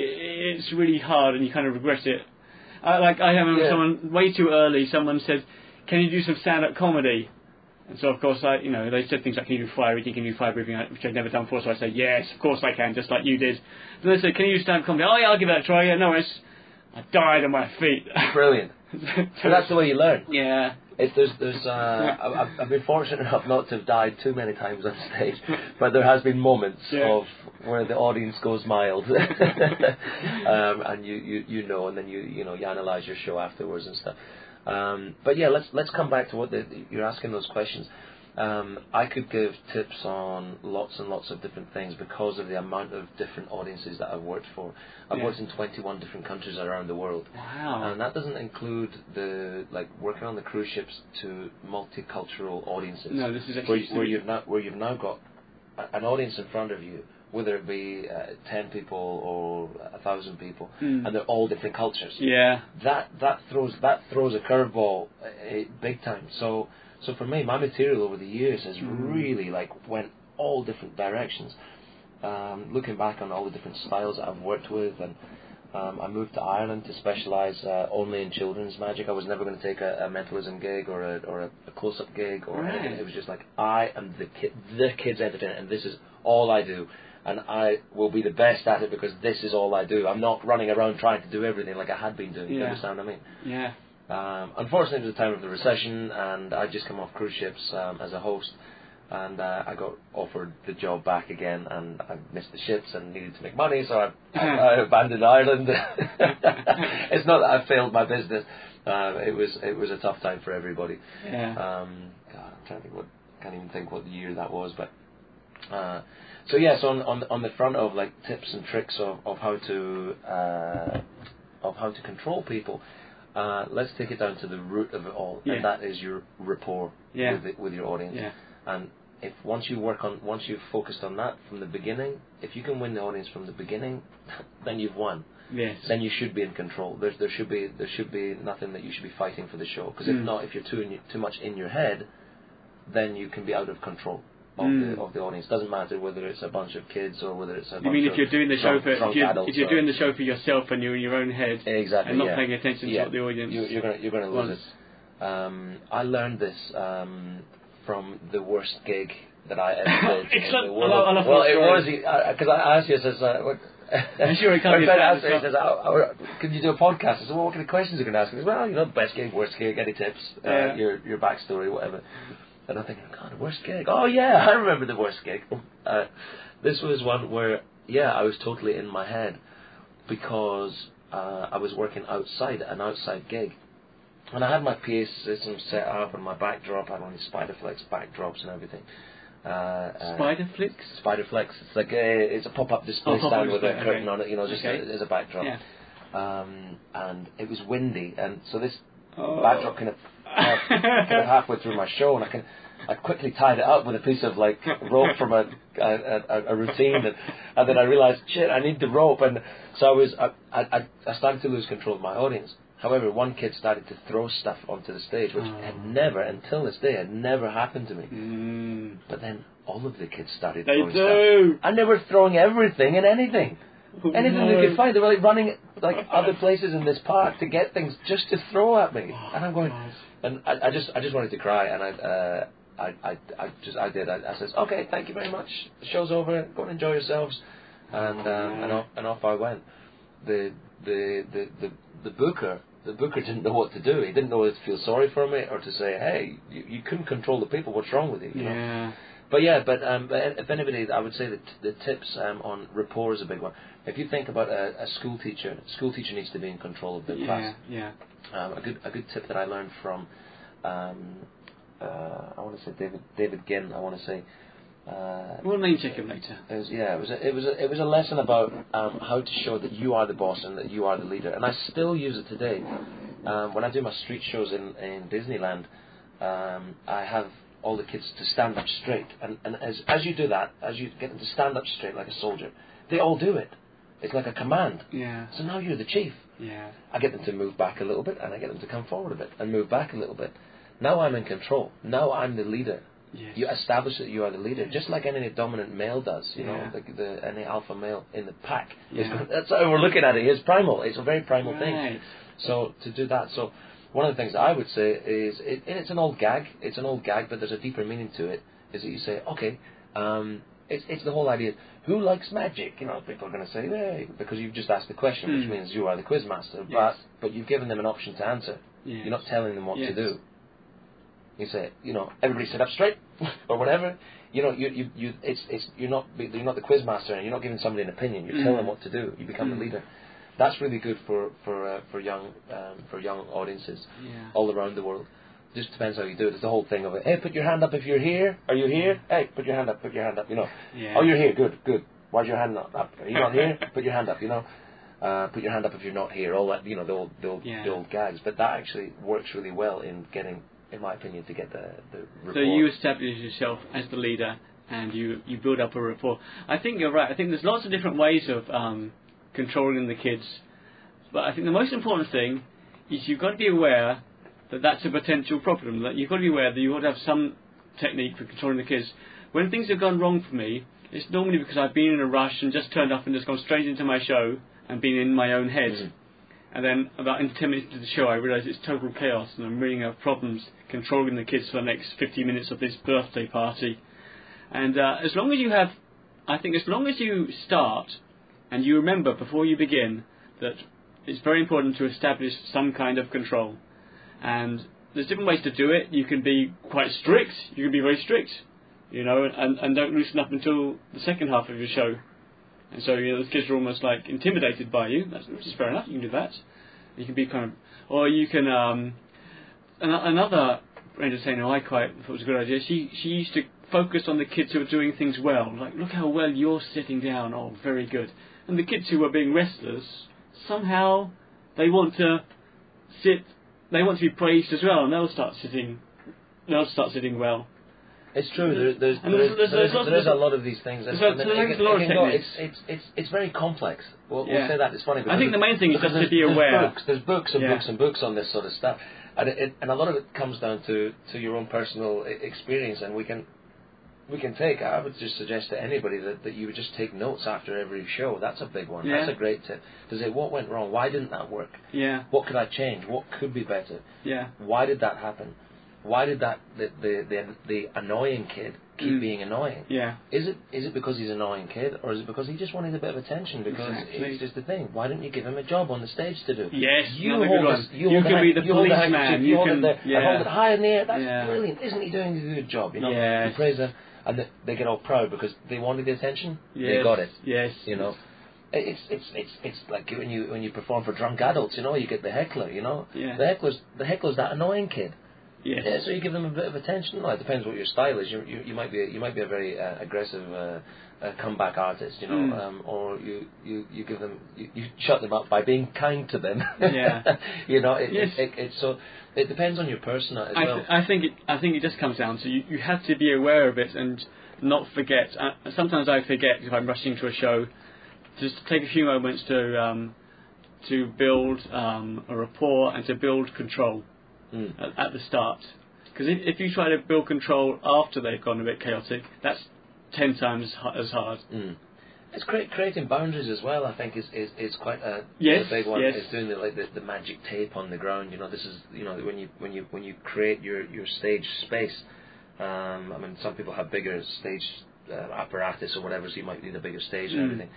it's really hard, and you kind of regret it. I, like I remember
Yeah.
someone way too early. Someone said, "Can you do some stand-up comedy?" And so of course I, you know, they said things like, "Can you do fire eating? Can you do fire breathing?" Which I'd never done before, so I said, "Yes, of course I can," just like you did. Then they said, "Can you do stand-up comedy?" Oh yeah, I'll give that a try. Yeah, no worries. I died on my feet.
Brilliant.
so
But that's the way you learn.
[laughs] yeah.
It's, there's, there's, uh,
[laughs]
I- I've, I've been fortunate enough not to have died too many times on
[laughs]
stage, but there has been moments
Yeah.
of where the audience goes mild, [laughs] um, and you, you, you know, and then you, you know, you analyse your show afterwards and stuff. Um, but yeah, let's let's come back to what the, you're asking those questions. Um, I could give tips on lots and lots of different things because of the amount of different audiences that I've worked for. I've
Yeah.
worked in 21 different countries around the world.
Wow.
And Uh, that doesn't include the like working on the cruise ships to multicultural audiences,
No, this is
where,
actually
where you've now where you've now got a- an audience in front of you, whether it be uh, ten people or a thousand people,
Mm.
and they're all different cultures.
Yeah.
That that throws that throws a curveball uh, big time. So so for me, my material over the years has
Mm.
really like went all different directions. Um, looking back on all the different styles that I've worked with and um, I moved to Ireland to specialise uh, only in children's magic. I was never going to take a, a mentalism gig or a, or a, a close-up gig or
Right.
anything. It was just like I am the kid, the kids entertainer, and this is all I do, and I will be the best at it because this is all I do. I'm not running around trying to do everything like I had been doing. You
Yeah.
understand what I mean?
Yeah.
Um, unfortunately, it was the time of the recession, and I just come off cruise ships um, as a host, and uh, I got offered the job back again, and I missed the ships and needed to make money, so I, I, I abandoned Ireland. [laughs] it's not that I failed my business; uh, it was it was a tough time for everybody.
Yeah.
Um, God, I'm trying to think what can't even think what year that was, but uh, so yes, on, on on the front of like tips and tricks of, of how to uh, of how to control people, uh, let's take it down to the root of it all,
Yeah.
and that is your rapport
Yeah.
with the, with your audience.
Yeah.
And if once you work on once you've focused on that from the beginning, if you can win the audience from the beginning, [laughs] then you've won
Yes.
then you should be in control. There, there should be there should be nothing that you should be fighting for the show. Because if
Mm.
not, if you're too in, too much in your head, then you can be out of control of,
Mm.
the, of the audience. Doesn't matter whether it's a bunch of kids or whether it's a.
You
bunch
mean
of
if you're doing the show
drunk-
for if
drunk
you're,
adults
if you're
or-
doing the show for yourself and you're in your own head
exactly
and not
yeah.
paying attention
Yeah.
to what the audience?
You, you're gonna you're gonna lose
wants.
it. Um, I learned this um, from the worst gig that I
[laughs]
ever did. in
Excellent.
the
I
world.
love- I love
well,
that
it
story.
was because I asked you. I says, uh, what,
[laughs] I'm sure he can't
[laughs] My
be
friend
a fan
asked me, he
as
says, "Oh, oh, "Can you do a podcast?" I said, "Well, what kind of questions are you going to ask?" He says, "Well, you know, best gig, worst gig, any tips, uh,
Yeah.
your your backstory, whatever." And I'm thinking, God, worst gig. Oh yeah, [laughs] I remember the worst gig. Uh, this was one where, yeah, I was totally in my head because uh, I was working outside an outside gig, and I had my PA system set up and my backdrop. I had one of these Spiderflex backdrops and everything. Uh, uh,
Spider flicks.
Spiderflex. It's like a, it's a pop-up display
Oh, pop-up
stand with a
display,
curtain
okay.
on it. You know, just
Okay.
as a backdrop.
Yeah.
Um, and it was windy, and so this
Oh.
backdrop kind of, uh, kind of halfway through my show, and I can. I quickly tied it up with a piece of like rope from a a, a, a routine, and, and then I realized, shit, I need the rope, and so I was I, I I started to lose control of my audience. However, one kid started to throw stuff onto the stage, which
Oh.
had never, until this day, had never happened to me.
Mm.
But then all of the kids started
They
throwing
do.
stuff. And they were throwing everything and anything.
Oh,
Anything
no.
they could find. They were like running like
[laughs]
other places in this park to get things just to throw at me. and I'm going
Oh, God.
and I, I just I just wanted to cry and I uh I, I, I just I did I, I says okay thank you very much the show's over go and enjoy yourselves and um, and off and off I went the the the the, the booker the booker didn't know what to do he didn't know whether to feel sorry for me or to say hey you, you couldn't control the people what's wrong with you, you know?
Yeah.
But yeah, but um, but if anybody, I would say that the tips um, on rapport is a big one. If you think about a, a school teacher, school teacher needs to be in control of the
Yeah.
class.
Yeah.
Um, a good a good tip that I learned from, um, uh, I want to say David David Ginn. I want to say. Uh,
We'll name check him later.
it was, yeah, it was a, it was a, it was a lesson about um, how to show that you are the boss and that you are the leader, and I still use it today. Um, when I do my street shows in in Disneyland, um, I have all the kids to stand up straight, and and as as you do that, as you get them to stand up straight like a soldier, they all do it. It's like a command.
Yeah.
So now you're the chief.
Yeah.
I get them to move back a little bit, and I get them to come forward a bit, and move back a little bit. Now I'm in control. Now I'm the leader.
Yes.
You establish that you are the leader, just like any dominant male does. You
Yeah.
know, like the, any alpha male in the pack.
Yeah.
[laughs] That's how we're looking at it. It's primal. It's a very primal thing.
Right.
So to do that, so one of the things that I would say is, it, and it's an old gag. It's an old gag, but there's a deeper meaning to it. Is that you say, okay, um, it's it's the whole idea. Who likes magic? You know, people are going to say, hey, because you've just asked the question, which
Hmm.
means you are the quiz master.
Yes.
But but you've given them an option to answer.
Yes.
You're not telling them what
Yes.
to do. You say, you know, everybody sit up straight, [laughs] or whatever. You know, you, you, you it's, it's, you're not, you're not the quiz master, and you're not giving somebody an opinion. You
Mm.
tell them what to do. You become
Mm.
the leader. That's really good for for uh, for young um, for young audiences
Yeah.
all around the world. Just depends how you do it. It's the whole thing of it. Hey, put your hand up if you're here. Are you here? Hey, put your hand up. Put your hand up. You know.
Yeah.
Oh, you're here. Good, good. Why's your hand not up? Are you not here? Put your hand up. You know. Uh, put your hand up if you're not here. All that. You know the old the old,
Yeah.
the old gags. But that actually works really well in getting, in my opinion, to get the the. Rapport.
So you establish yourself as the leader, and you you build up a rapport. I think you're right. I think there's lots of different ways of um, controlling the kids, but I think the most important thing is you've got to be aware that that's a potential problem. That you've got to be aware that you've got to have some technique for controlling the kids. When things have gone wrong for me, it's normally because I've been in a rush and just turned up and just gone straight into my show and been in my own head.
Mhm.
And then about in 10 minutes into the show, I realise it's total chaos and I'm really going to have problems controlling the kids for the next 50 minutes of this birthday party. And uh, as long as you have, I think as long as you start and you remember before you begin that it's very important to establish some kind of control. And there's different ways to do it. You can be quite strict. You can be very strict, you know, and, and don't loosen up until the second half of your show. And so you know, the kids are almost like intimidated by you. That's, which is fair enough. You can do that. You can be kind of, or you can. Um, an- another entertainer I quite thought was a good idea. She she used to focus on the kids who were doing things well. Like, look how well you're sitting down. Oh, very good. And the kids who were being restless somehow they want to sit. They want to be praised as well, and they'll start sitting. They'll start sitting well.
It's true. There, there's,
And
there,
there's-
is,
there's-
there, is,
there's-
there is a lot of these things.
there's-
and- and
there's-
it
there's
can-
a lot
it
of
can go-
techniques.
it's, it's, it's, it's very complex. We'll,
Yeah.
we'll say that. It's funny. because
think the main thing is
because
just to be
there's- there's
aware.
Books, there's books and
Yeah.
books and books on this sort of stuff, and it, it, and a lot of it comes down to, to your own personal e- experience. And we can we can take. I would just suggest to anybody that, that you would just take notes after every show. That's a big one.
Yeah.
That's a great tip. To say what went wrong, why didn't that work?
Yeah,
What could I change? What could be better?
yeah.
Why did that happen? Why did that the the the, the annoying kid keep
Mm.
being annoying?
Yeah,
Is it is it because he's an annoying kid, or is it because he just wanted a bit of attention? Because
Exactly.
it's just the thing. Why don't you give him a job on the stage to do?
Yes,
you
another
hold
good
the-
one. You can
hold the
be
hand-
the
you hold
policeman,
handkerchief,
you
You hold
can-
it there, and
yeah.
hold it high in the air. That's
Yeah.
brilliant. Isn't he doing a good job? You know,
Yes.
you praise him, and they, they get all proud because they wanted the attention.
yes.
They got it.
Yes.
You know. It- It's it's it's it's like when you when you perform for drunk adults, you know, you get the heckler, you know.
Yeah.
The heckler's the heckler's that annoying kid.
Yes.
Yeah, so you give them a bit of attention. Well, it depends what your style is. You you, you might be a, you might be a very uh, aggressive uh, uh, comeback artist, you know,
Mm.
um, or you, you, you give them you, you shut them up by being kind to them.
Yeah.
[laughs] you know, it,
Yes.
it, it, it's so it depends on your persona as
I,
well.
th- I think it, I think it just comes down to you, you have to be aware of it and not forget. Uh, sometimes I forget if I'm rushing to a show, just to take a few moments to um, to build um, a rapport and to build control
Mm.
at, at the start. Because if, if you try to build control after they've gone a bit chaotic, that's ten times h- as hard.
Mm. It's great creating boundaries as well. I think is is, is quite a,
Yes,
a big one.
yes.
Is doing the, like the, the magic tape on the ground. You know, this is you know when you when you when you create your your stage space. Um, I mean, some people have bigger stage uh, apparatus or whatever, so you might need a bigger stage
Mm.
and everything.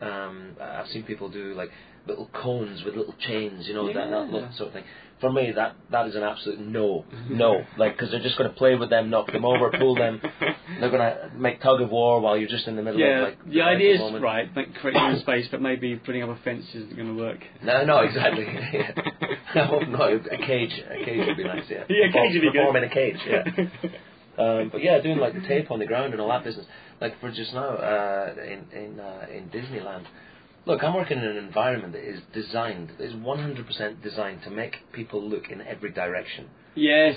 Um, I- I've seen people do like little cones with little chains, you know, that, that
Yeah.
look sort of thing. For me, that that is an absolute
[laughs]
no, no, like because they're just going to play with them, knock them over,
[laughs]
pull them. They're going to make tug of war while you're just in the middle
Yeah,
of like
the idea
at the
is
moment.
right, like creating a space, but maybe putting up a fence isn't going to work.
No, no, Oh, exactly. [laughs]
[laughs]
no, no, a cage, a cage would be nice. Yeah,
Yeah, a cage would be good.
Perform in a cage. Yeah.
[laughs]
Um, but yeah, doing like the tape on the ground and all that business. Like for just now, uh, in in uh, in Disneyland. Look, I'm working in an environment that is designed, is 100% designed to make people look in every direction.
yes,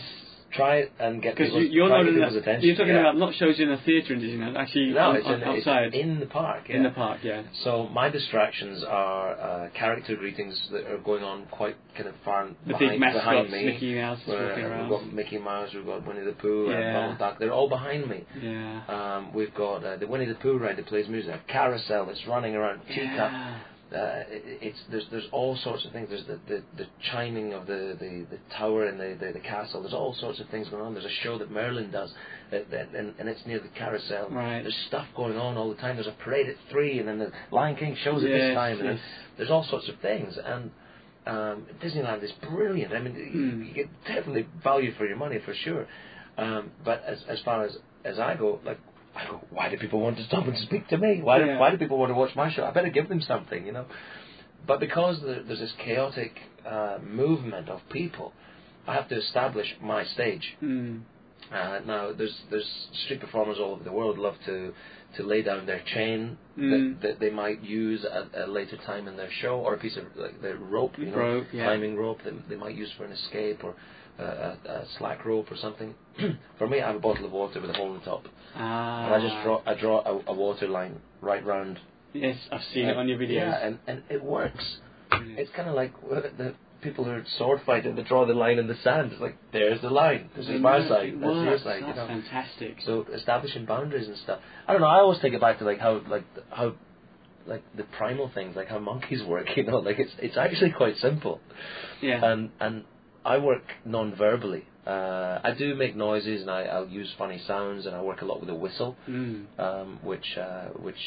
Try it and get
because
people's,
you, you're
try
not
to get
in
people's
a,
attention.
you're talking
yeah.
about not shows in a theatre in Disneyland, actually
no,
on-
it's
on-
in, it's
outside
in the park. Yeah.
in the park. Yeah,
So my distractions are uh, character greetings that are going on quite kind of far and
the
behind,
big mascots,
behind me.
Mickey Mouse is
Where
walking
we've
around.
got Mickey Mouse, we've got Winnie the Pooh,
Yeah.
and Donald Duck. They're all behind me.
Yeah,
uh, Um, we've got uh, the Winnie the Pooh ride that plays music, a carousel that's running around, teacup.
yeah.
uh, it- it's there's there's all sorts of things. There's the, the, the chiming of the, the, the tower and the, the, the castle. There's all sorts of things going on. There's a show that Merlin does, that, that, and, and it's near the carousel.
Right.
There's stuff going on all the time. There's a parade at three, and then the Lion King shows at
Yes,
this time. And
yes.
There's all sorts of things, and um, Disneyland is brilliant. I mean, you, you get definitely value for your money for sure. Um, but as as far as as I go, like. I go, why do people want to stop and speak to me? Why do,
Yeah.
why do people want to watch my show? I better give them something, you know. But because there, there's this chaotic uh, movement of people, I have to establish my stage.
Mm.
Uh, now, there's there's street performers all over the world love to to lay down their chain
Mm.
that, that they might use at a later time in their show, or a piece of like their rope, you know,
Rope, yeah.
climbing rope that they might use for an escape, or uh, a, a slack rope or something. [clears throat] for me, I have a bottle of water with a hole in the top,
Ah.
and I just draw I draw a, a water line right round.
Yes, I've seen it
uh,
on your videos.
Yeah, and and it works.
Brilliant.
It's kind of like uh, the people who are sword fighting, they draw the line in the sand. It's like, there's the line. This is my
It
side. That's your
Mm. works.
side. You
That's
know?
fantastic.
So establishing boundaries and stuff. I don't know. I always take it back to like how like th- how like the primal things, like how monkeys work. [laughs] You know, like it's it's actually quite simple.
yeah.
And and I work non-verbally. Uh, I do make noises and I, I'll use funny sounds and I work a lot with a whistle
mm.
um, which uh, which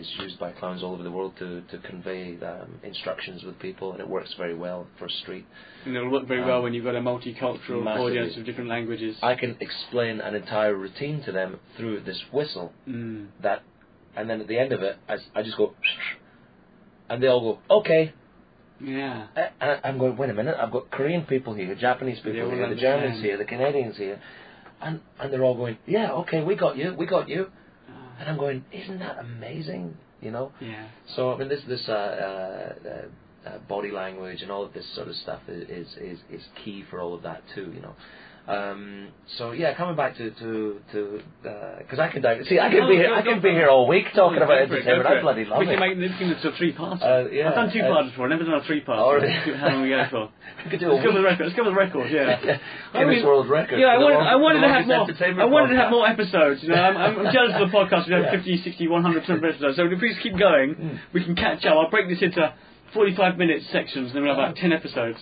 is used by clowns all over the world to to convey um, instructions with people, and it works very well for street.
And it'll work very
Um,
well when you've got a multicultural
massively.
audience of different languages.
I can explain an entire routine to them through this whistle.
mm.
That, and then at the end of it, I, s- I just go, [sniffs] and they all go, okay.
Yeah.
I, I- I'm going, wait a minute. I've got Korean people here, Japanese people
They all
here, the
understand.
Germans here, the Canadians here, and and they're all going, yeah, okay, we got you, we got you.
Ah,
And I'm going, isn't that amazing? You know.
yeah.
So I mean, this this uh, uh, uh, uh, body language and all of this sort of stuff i- is is is key for all of that too. You know. Um, so yeah, coming back to to to because I can di- see I can
No,
be here,
go-
I
go
can
for
be
it.
here all week talking
Go
about
for it, go
entertainment.
for
I
it.
bloody love
We can
it. [laughs]
make this into a three-parter.
Uh, yeah,
I've done two
uh, Oh,
parts before. I've never done a three-parter.
All
Let's see [laughs] how long we go
[laughs]
for.
I could do
Let's go
a
with
week.
the record. Let's go with the record. Yeah. I
Guinness
mean-
World Record.
Yeah, I wanted,
for the longest-
I wanted
the
to have
longest
more.
entertainment
I wanted to have
podcast.
more episodes. You know, I'm, I'm,
[laughs]
I'm jealous of the podcast. We have
Yeah. Hmm.
50, 60, 100 percent episodes. So if we just keep going, we can catch up. I'll break this into 45 minute sections, and then we'll have about 10 episodes.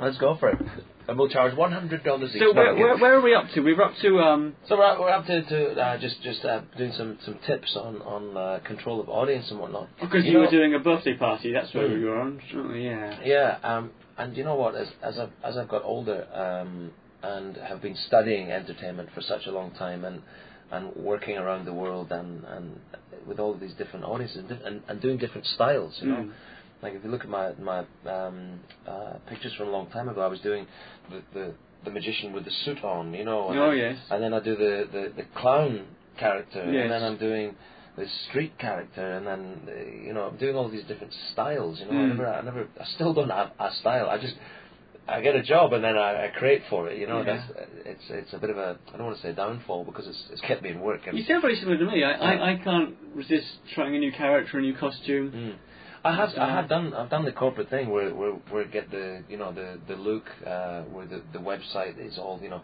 Let's go for it, and we'll charge one hundred dollars each.
So
No,
where,
I'm kidding.
where, where are we up to? We're up to um.
So we're, we're up to, to uh, just just uh, doing some some tips on on uh, control of audience and whatnot.
Because Oh, you,
know-
were doing a birthday party, that's where
Mm.
we were on. Oh, yeah.
Yeah, um, and you know what? As as I've as I've got older um, and have been studying entertainment for such a long time and and working around the world and and with all of these different audiences and, diff- and, and doing different styles, you know.
Mm.
Like if you look at my my um, uh, pictures from a long time ago, I was doing the, the the magician with the suit on, you know. and
Oh
then-
yes.
and then I do the, the, the clown character,
Yes.
and then I'm doing the street character, and then uh, you know I'm doing all these different styles. You know, I
Mm.
never, I never, I still don't have a style. I just I get a job and then I, I create for it. You know,
Yeah.
that's uh, it's it's a bit of a I don't want to say downfall because it's it's kept me in work. And,
You sound very similar to me. I, I, I can't resist trying a new character, a new costume.
Mm. I have I
Uh,
have done I've done the corporate thing where where where get the you know the the look uh, where the the website is all you know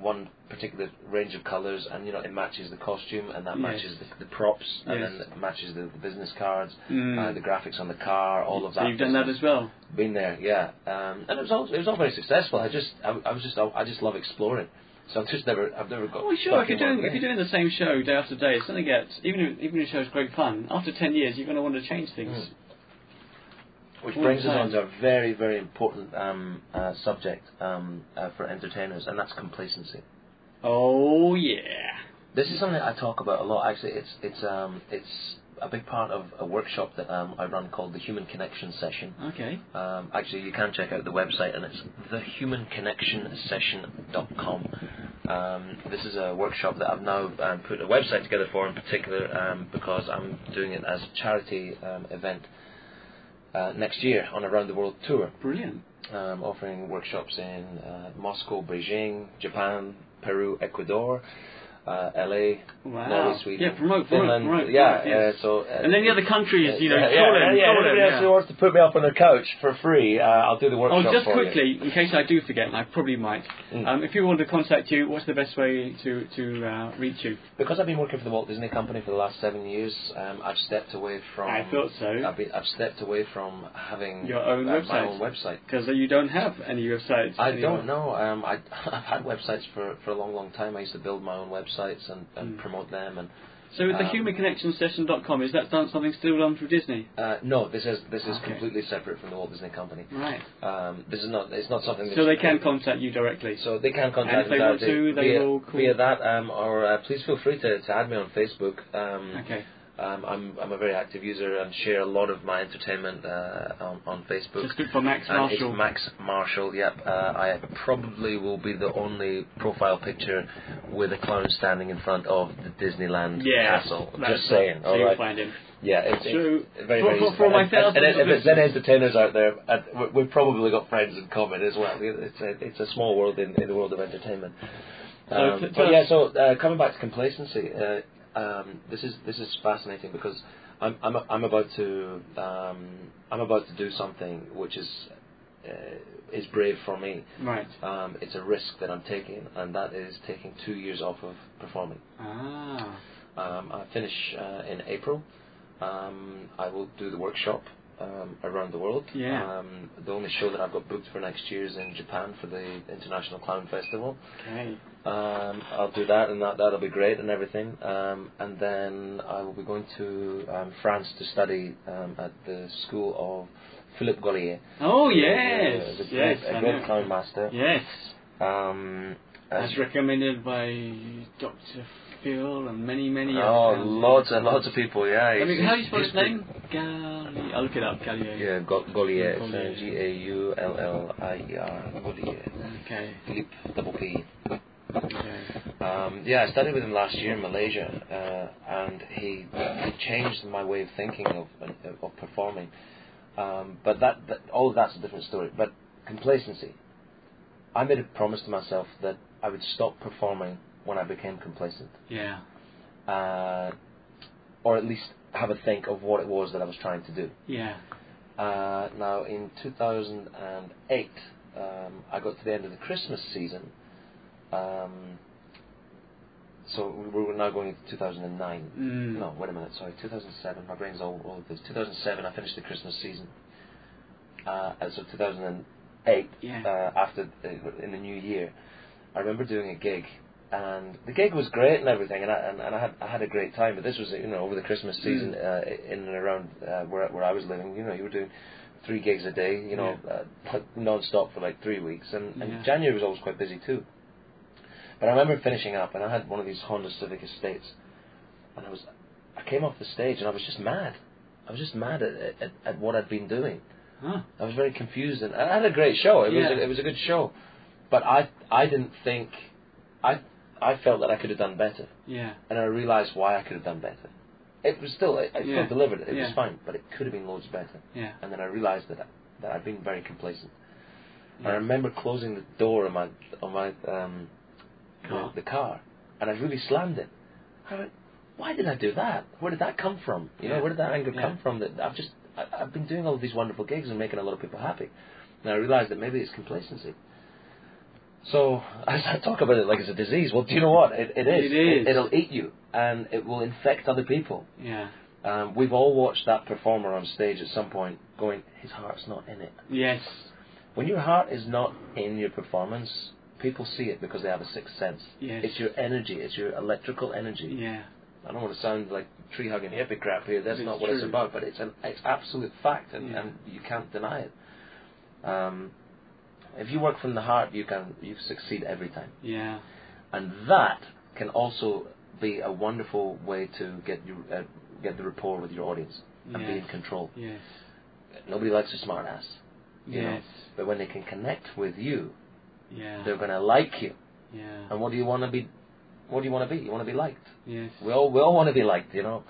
one particular range of colors and you know it matches the costume and that
Yes.
matches the, the props and
Yes.
then it matches the, the business cards uh,
Mm.
the graphics on the car all of
So
that
you've done that as well.
been there yeah um, and it was all it was all very successful I just I, I was just I, I just love exploring so I've just never I've never got
Oh, sure.
stuck
If you're
in one
doing if
thing.
you're doing the same show day after day, it's going to get even if, even if the show's great fun. After ten years, you're going to want to change things.
Mm. Which
All
brings
the
us
time.
on to a very, very important um, uh, subject um, uh, for entertainers, and that's complacency.
Oh yeah.
This is something I talk about a lot. Actually, it's it's um, it's a big part of a workshop that um, I run called the Human Connection Session.
Okay.
Um, actually, you can check out the website, and it's thehumanconnectionsession.com. Um, this is a workshop that I've now um, put a website together for in particular um, because I'm doing it as a charity um, event uh, next year on a round the world tour
Brilliant.
um, offering workshops in uh, Moscow, Beijing, Japan, Peru, Ecuador. uh, LA,
Wow.
Norway, Sweden,
Yeah, promote, promote,
Finland.
promote.
yeah,
promote, yes.
uh, so uh,
and then the other countries, you know,
yeah,
yeah,
yeah,
Scotland,
yeah,
Scotland,
anybody else
yeah.
who wants to put me up on their couch for free, uh, I'll do the
Oh,
workshop
just
for you.
quickly, in case I do forget, and I probably might.
Mm.
Um, if you want to contact you, what's the best way to to uh, reach you?
Because I've been working for the Walt Disney Company for the last seven years, um, I've stepped away from.
I thought so
I've, been, I've stepped away from having
Your own
uh, my
website.
own website.
because you don't have any websites.
I
anymore.
don't know. Um, I, [laughs] I've had websites for, for a long, long time. I used to build my own websites and, and
Mm.
promote them. And
So with the
Um,
humanconnectionsession.com, is that done something still done through Disney?
uh, no, this is this is
Okay.
completely separate from the Walt Disney Company.
Right.
Um, this is not. It's not something.
So
that's-
they can contact you directly.
So they can
And
contact
if
me
they want
directly
to, they
via,
will call-
via that, um, or uh, please feel free to, to add me on Facebook. Um,
Okay.
um, I'm I'm a very active user and share a lot of my entertainment uh, on on Facebook.
Just look for Max
And
Marshall.
Uh, It's Max Marshall. Yep. Uh, I probably will be the only profile picture with a clown standing in front of the Disneyland
yeah.
castle.
that's
Just saying.
it. So
All
you'll
right.
find him.
Yeah. It's,
So, for-
it's very very
for-
easy.
for
And-
my
and,
thousands
and if
of
it's then entertainers out there, uh, we- we've probably got friends in common as well. It's a, it's a small world in, in the world of entertainment.
So
Um,
t-
but
tell
yeah,
us-
so uh, coming back to complacency, uh, um, this is this is fascinating because I'm I'm, I'm about to um, I'm about to do something which is uh, is brave for me.
Right.
Um, it's a risk that I'm taking, and that is taking two years off of performing.
Ah.
Um, I finish uh, in April. Um, I will do the workshop um, around the world.
Yeah.
Um, the only show that I've got booked for next year is in Japan for the International Clown Festival.
Okay.
Um, I'll do that, and that that'll be great and everything. Um, and then I will be going to um, France to study um, at the school of Philippe Gollier.
Oh
who,
yes.
uh, is a
yes.
great-
I
a great
know.
clown master.
Yes.
Um,
As recommended by Dr. Phil and many, many
oh,
other clowns.
lots and lots of people. Yeah.
I
he's-
mean, how do you
he's-
spell his
he's-
name? Galli. I'll look it up. Gallier.
Yeah, Go- Gollier. It's
Gollier.
uh, G A U L L I E R. Gollier.
Okay.
Philippe double P.
Okay.
Um, yeah, I studied with him last year in Malaysia, uh, and he, he changed my way of thinking of of performing. Um, but that, that all of that's a different story. But complacency. I made a promise to myself that I would stop performing when I became complacent,
Yeah.
uh, or at least have a think of what it was that I was trying to do.
Yeah.
Uh, now, in 2008, um, I got to the end of the Christmas season. Um, so we we were now going into 2009.
Mm.
No, wait a minute, sorry, 2007. My brain's all all of this. 2007, I finished the Christmas season. Uh, and so 2008,
Yeah.
uh, after uh, in the new year, I remember doing a gig, and the gig was great and everything, and I and, and I had I had a great time. But this was you know over the Christmas season
Mm.
uh, in and around uh, where where I was living. You know, you were doing three gigs a day, you know, uh, [laughs] non-stop for like three weeks, and, and
Yeah.
January was always quite busy too. But I remember finishing up, and I had one of these Honda Civic Estates, and I was, I came off the stage, and I was just mad. I was just mad at at, at what I'd been doing.
Huh.
I was very confused, and I had a great show. It was
Yeah.
a, it was a good show, but I I didn't think I I felt that I could have done better,
Yeah.
and I realized why I could have done better. It was still I, I
Yeah.
still delivered it. It
Yeah.
was fine, but it could have been loads better.
Yeah.
And then I realized that I, that I'd been very complacent. And I
Yeah.
remember closing the door on my on my um
Car.
The, the car, and I really slammed it. I went, why did I do that? Where did that come from? You
Yeah.
know, where did that anger
Yeah.
come from? That I've just I, I've been doing all these wonderful gigs and making a lot of people happy, and I realized that maybe it's complacency. So [laughs] as I talk about it like it's a disease, well, do you know what? It, it is.
It is.
it'll eat you, and it will infect other people.
Yeah.
Um, we've all watched that performer on stage at some point going, his heart's not in it.
Yes.
When your heart is not in your performance, people see it because they have a sixth sense.
Yes.
It's your energy, it's your electrical energy.
Yeah.
I don't want to sound like tree hugging hippie crap here, that's
It's
not what it's
true.
about, but it's an it's absolute fact and,
Yeah.
and you can't deny it. Um, if you work from the heart you can you succeed every time.
Yeah.
And that can also be a wonderful way to get your uh, get the rapport with your audience and be
Yes.
in control.
Yes.
Nobody likes a smart ass. You know,
Yes.
But when they can connect with you,
Yeah.
they're going to like you.
Yeah.
And what do you want to be? What do you want to be? You want to be liked.
Yes.
We all we all want to be liked, you know.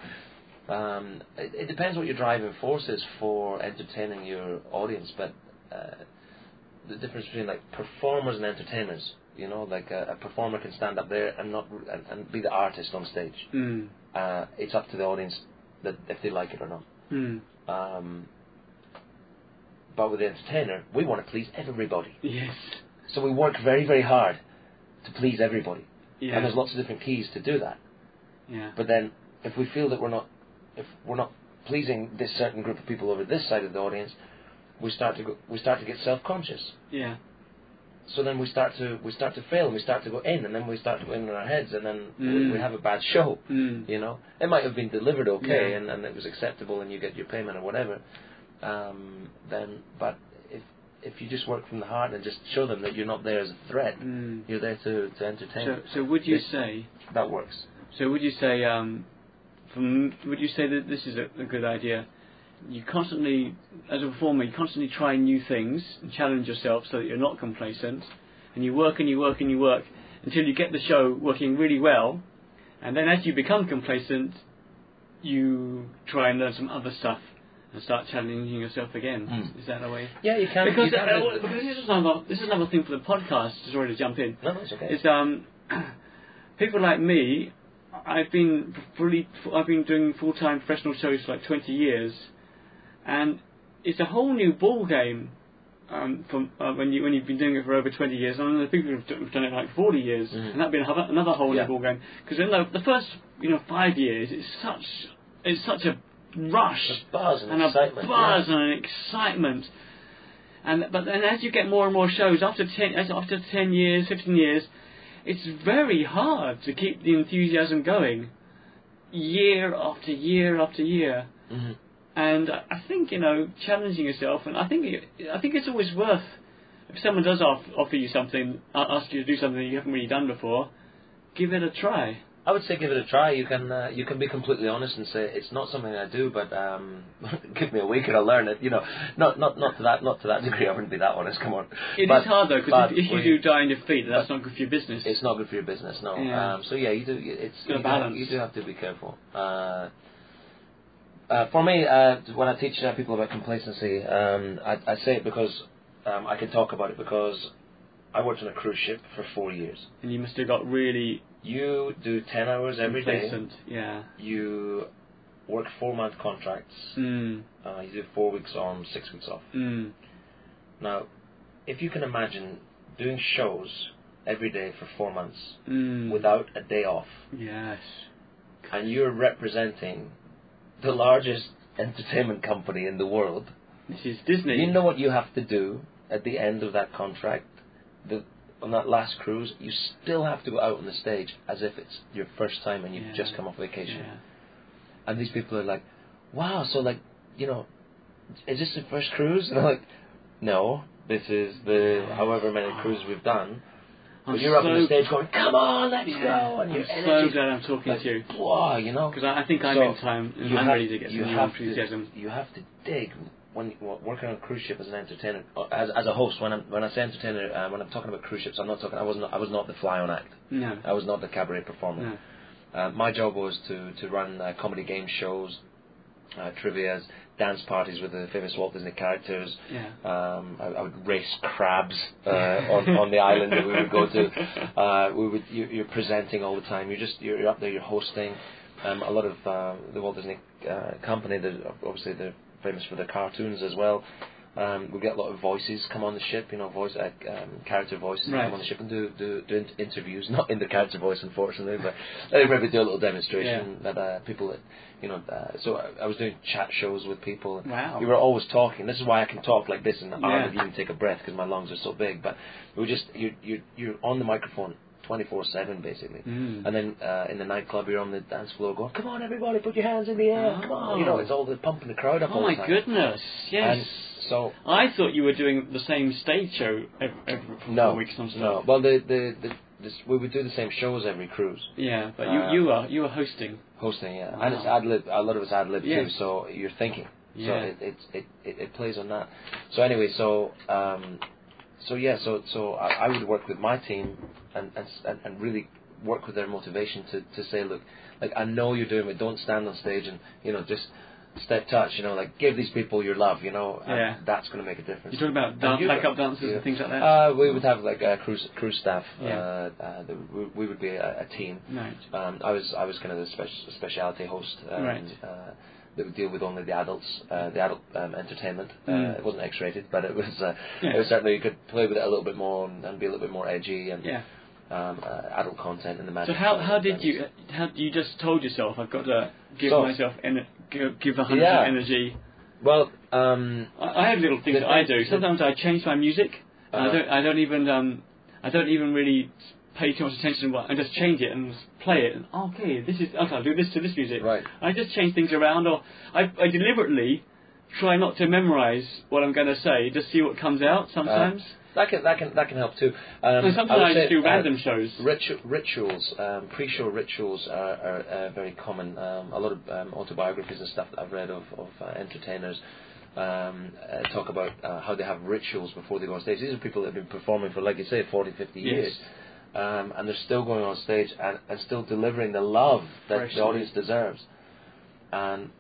Um, it, it depends what your driving force is for entertaining your audience, but uh, the difference between like performers and entertainers. You know, like a, a performer can stand up there and not and, and be the artist on stage.
Mm.
Uh, it's up to the audience that if they like it or not.
Mm.
Um, but with the entertainer, we want to please everybody.
Yes.
So we work very, very hard to please everybody.
Yeah.
And there's lots of different keys to do that.
yeah.
But then, if we feel that we're not, if we're not pleasing this certain group of people over this side of the audience, we start to go, we start to get self-conscious.
yeah.
So then we start to we start to fail and we start to go in and then we start to go in on our heads and then
Mm.
we have a bad show.
Mm.
You know, it might have been delivered okay
Yeah.
and, and it was acceptable and you get your payment or whatever. Um, then, but if if you just work from the heart and just show them that you're not there as a threat,
Mm.
you're there to to entertain.
So, so would you
This-
say?
that works.
So would you say? Um, from would you say that this is a, a good idea? You constantly, as a performer, you constantly try new things and challenge yourself so that you're not complacent, and you work and you work and you work until you get the show working really well, and then as you become complacent, you try and learn some other stuff and start challenging yourself again.
Mm.
Is that a way?
Yeah, you can.
Because,
you can
uh,
do-
well, because this is another this is another thing for the podcast. Sorry to jump in.
no, no, it's okay.
It's um, [clears throat] people like me. I've been fully. I've been doing full time professional shows for like twenty years, and it's a whole new ball game. Um, from uh, when you when you've been doing it for over twenty years, and then the people who've done, who've done it like forty years,
Mhm.
and that'd be another, another whole
Yeah.
new ball game. Because in the, the first you know five years, it's such it's such a rush
There's buzz and,
and
excitement.
a buzz
yeah.
and an excitement. And but then as you get more and more shows after ten as- after ten years, fifteen years, it's very hard to keep the enthusiasm going, year after year after year.
Mhm.
And I I think you know challenging yourself, and I think it, I think it's always worth if someone does off, offer you something, uh, ask you to do something that you haven't really done before, give it a try.
I would say give it a try. You can uh, you can be completely honest and say it's not something I do, but um, [laughs] give me a week and I'll learn it. You know, not not not to that not to that [laughs] degree. I wouldn't be that honest. Come on.
It is
But-
hard though because
but
if, if you
we-
do die on your feet, that's
but
not good for your business.
it's not good for your business. No.
Yeah.
Um, so yeah, you do. It's
Gotta
you do-
balance.
you do have to be careful. Uh, uh, for me, uh, when I teach uh, people about complacency, um, I, I say it because um, I can talk about it because I worked on a cruise ship for four years.
And you must have got really
You do ten hours every day.
Complacent, Yeah.
You work four month contracts.
Mm.
Uh, you do four weeks on, six weeks off.
Mm.
Now, if you can imagine doing shows every day for four months
Mm.
without a day off,
Yes.
and you're representing the largest entertainment company in the world,
This is Disney.
you know what you have to do at the end of that contract. The, on that last cruise, you still have to go out on the stage as if it's your first time and you've
Yeah.
just come off vacation.
Yeah.
And these people are like, wow, so like, you know, is this the first cruise? And I'm like, no, this is the however many cruises we've done. But
I'm
you're up
so,
on the stage going, come on, let's
Yeah.
go. And
I'm
your
so
energy's
glad I'm talking
like,
to you
Wow, you know.
because I, I think I'm
So,
in time and
you
I'm
have-
ready to get
you
some new
have to-
enthusiasm.
you have to dig when well, working on a cruise ship as an entertainer, uh, as, as a host. When I'm when I say entertainer, uh, when I'm talking about cruise ships, I'm not talking. I was not. I was not the fly on act.
No.
I was not the cabaret performer.
No.
Uh, my job was to, to run uh, comedy game shows, uh, trivias, dance parties with the famous Walt Disney characters.
Yeah.
Um, I, I would race crabs uh, on, on
[laughs]
the island that we would go to. Uh, we would you, you're presenting all the time. You're just you're, you're up there. You're hosting. Um, a lot of uh, the Walt Disney uh, Company. They're, obviously, they're famous for their cartoons as well. Um, we get a lot of voices come on the ship. You know, voice uh, um, character voices
Right.
come on the ship and do do, do in- interviews. [laughs] Not in the character voice, unfortunately, but they maybe do a little demonstration that uh, people that you know. Uh, so I, I was doing chat shows with people. and
Wow.
We were always talking. This is why I can talk like this and I
Yeah.
hardly even take a breath because my lungs are so big. But we were just you you you're on the microphone. 24/7 basically,
Mm.
and then uh, in the nightclub you're on the dance floor going, "Come on, everybody, put your hands in the air!" Come on, you know it's all the pumping the crowd up
Oh
all
my
the time.
goodness! Yes.
And so
I thought you were doing the same stage show every, every four
no,
weeks non
no. Well, the the, the this, we would do the same shows every cruise,
Yeah, but
Uh,
you you were you were hosting.
hosting yeah,
Wow.
and it's ad lib. A lot of it's ad lib
Yeah.
too, so you're thinking. So
Yeah.
it it, it it it plays on that. So anyway, so um, so yeah, so so I, I would work with my team and and s- and, and really work with their motivation to to say, look, like I know you're doing it. Don't stand on stage and you know just step touch, you know, like give these people your love, you know, and
Yeah.
that's going to make a difference.
You're talking about
And
dan-
you-
backup dancers
yeah.
and things like that.
Uh, we would have like a crew, crew staff.
Yeah.
Uh, uh, the, we, we would be a, a team.
right.
Um, I was I was kind of the spec- speciality host um,
Right.
uh, that would deal with only the adults, uh, the adult um, entertainment.
Mm.
Uh, it wasn't X-rated, but it was uh,
Yeah.
it was certainly you could play with it a little bit more and, and be a little bit more edgy and
Yeah.
um, uh, adult content in the
So
magic.
how
and
how did
things.
you how you just told yourself I've got to give
So-
myself en- give give a hundred
Yeah.
energy.
Well, um,
I, I have little things
The
that I
thing-
do. Sometimes I change my music. and I
Uh-huh.
don't I don't even um I don't even really pay too much attention to what I just change it and just play it. And, "Oh, okay, this is okay. I'll do this to this music.
Right.
I just change things around, or I I deliberately try not to memorize what I'm going to say. Just see what comes out sometimes.
that can that can that can help too. Uh, Um,
and
I
sometimes
would
I,
say,
just do
uh,
random shows.
Ritu- rituals, um, pre-show rituals are, are uh, very common. Um, a lot of um, autobiographies and stuff that I've read of, of uh, entertainers um, uh, talk about uh, how they have rituals before they go on stage. These are people that have been performing for, like you say, 40, 50
Yes.
years. Um, and they're still going on stage and, and still delivering the love that
Freshly.
the audience deserves. And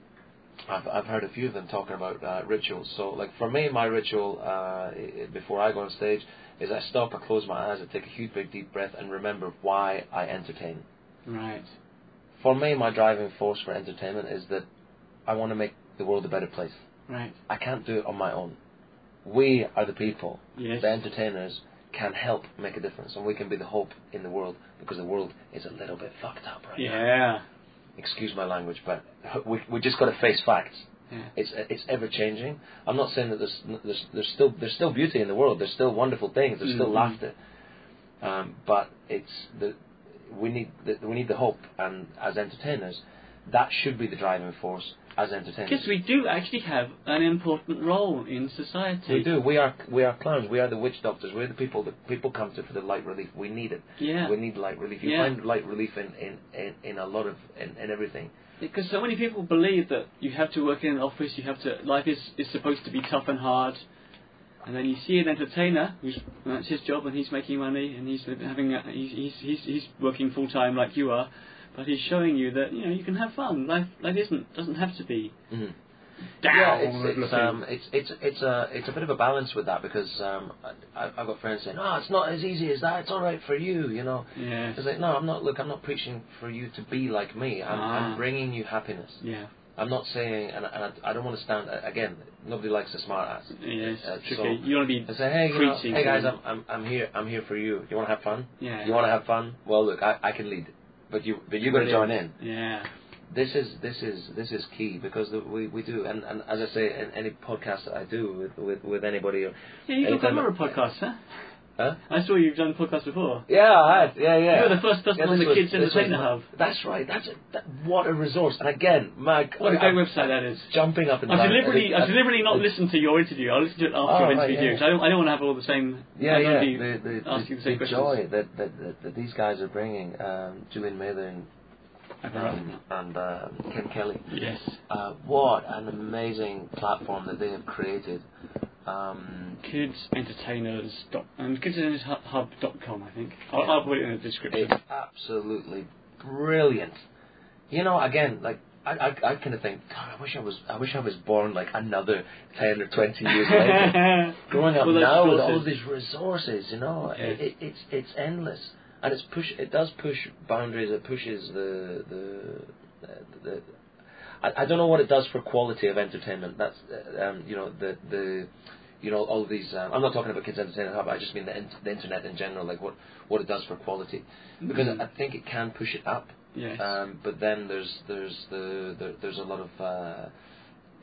I've, I've heard a few of them talking about uh, rituals. So, like for me, my ritual uh, i- i- before I go on stage is I stop, I close my eyes, I take a huge, big, deep breath, and remember why I entertain.
Right.
For me, my driving force for entertainment is that I want to make the world a better place.
Right.
I can't do it on my own. We are the people,
Yes.
the entertainers can help make a difference, and we can be the hope in the world because the world is a little bit fucked up right now.
Yeah.
Excuse my language, but we we just got to face facts.
Yeah.
It's it's ever changing. I'm not saying that there's there's there's still there's still beauty in the world. There's still wonderful things. There's still
Mhm.
laughter. Um, but it's the we need the, we need the hope, and as entertainers, that should be the driving force as entertainers.
Because we do actually have an important role in society.
we do. We are we are clowns. We are the witch doctors. We're the people that people come to for the light relief. We need it.
Yeah.
We need light relief. You
Yeah.
find light relief in, in, in, in a lot of in, in everything.
Because so many people believe that you have to work in an office, you have to life is, is supposed to be tough and hard. And then you see an entertainer who's that's his job and he's making money and he's having a, he's, he's he's he's working full time like you are, but he's showing you that you know you can have fun. Life life isn't doesn't have to be
Mhm.
down.
Yeah, it's, it's,
looking.
um, it's, it's, it's, a, it's a bit of a balance with that because um, I, I've got friends saying, oh, it's not as easy as that, it's alright for you, you know.
yeah,
It's like, no, I'm not, look, I'm not preaching for you to be like me, I'm,
Ah.
I'm bringing you happiness.
yeah,
I'm not saying, and, and I, I don't want to stand, uh, again, nobody likes a smart ass.
yeah. It's
Uh,
tricky.
so-
you want to
I
be
say, hey, you know,
preaching
hey
to
guys,
them.
I'm, I'm, I'm here, I'm here for you. You want to have fun?
yeah.
You want to have fun? Well, look, I, I can lead, but you, but you got to join in.
yeah.
This is this is this is key because the, we we do, and, and as I say, in any podcast that I do with with, with anybody, or,
Yeah, you have
Anytime-
done a podcast, huh?
Huh?
I saw you've done podcasts before.
Yeah, I had. Yeah, yeah.
You were the first person on
this
the Kids
this
Entertainer
was-
Hub.
That's right. That's a, that, what a resource. And again, Mike,
What a
I'm
great website that is.
Jumping up and
I've
down.
deliberately,
I
I've
think-
deliberately not listened to your interview. I'll listen to it after
Oh,
I've
right,
interviewed
yeah.
you. 'cause I don't, I don't want to have all the same.
Yeah,
I don't
yeah.
wanna be
The, the, the,
asking the same
the
questions.
joy that, that, that, that these guys are bringing, um, Julian Mather and
I've arrived
um,
now.
and um, Ken Kelly.
Yes.
Uh, what an amazing platform that they have created. Um,
Kids entertainers dot and kidsentertainershub.com, I think. I'll, I'll put it in the description.
It's absolutely brilliant. You know, again, like I, I, I kind of think, God, I wish I was, I wish I was born like another ten or twenty years
[laughs]
later. Growing up
Well, those
now with all
resources.
these resources, you know,
Yeah.
it, it, it's it's endless, and it's push. It does push boundaries. It pushes the the. the, the I, I don't know what it does for quality of entertainment. That's uh, um, you know the the you know all of these. Um, I'm not talking about kids entertainment hub. I just mean the, in, the internet in general, like what what it does for quality, because
Mhm.
I think it can push it up.
Yes.
Um, but then there's there's the, the there's a lot of uh,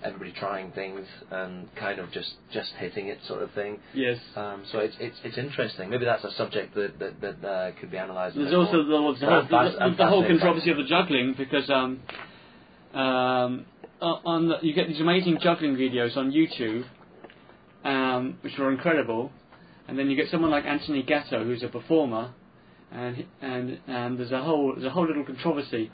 everybody trying things and kind of just just hitting it sort of thing.
yes.
Um, so it's it's it's interesting. Maybe that's a subject that that, that uh, could be analysed. a
There's
bit
also
more.
the whole, the,
But I'm
whole,
fas-
the,
I'm
the whole
fascinated by
controversy of the juggling because um, um, o- on the, you get these amazing juggling videos on YouTube, um, which are incredible, and then you get someone like Anthony Gatto who's a performer, and he- and and there's a whole there's a whole little controversy,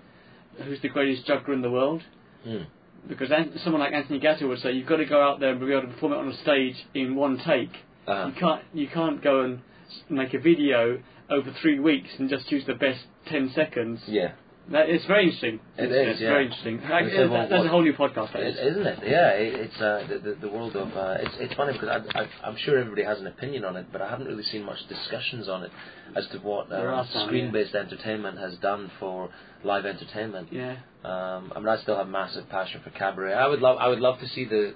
who's the greatest juggler in the world?
Mm.
Because an, someone like Anthony Gatto would say you've got to go out there and be able to perform it on a stage in one take.
Uh-huh.
You can't you can't go and s- make a video over three weeks and just use the best ten seconds
Yeah.
That, it's very interesting. it's,
It is,
It's
yeah.
very interesting. Like,
It's
that-
civil
that's
war.
a whole new podcast. That
It,
is.
isn't it? Yeah, it, it's uh, the, the the world of uh, it's it's funny because I, I, I'm sure everybody has an opinion on it, but I haven't really seen much discussions on it as to what
There
uh,
are some, yeah.
screen-based entertainment has done for live entertainment.
Yeah.
Um, I mean, I still have massive passion for cabaret. I would love, I would love to see the,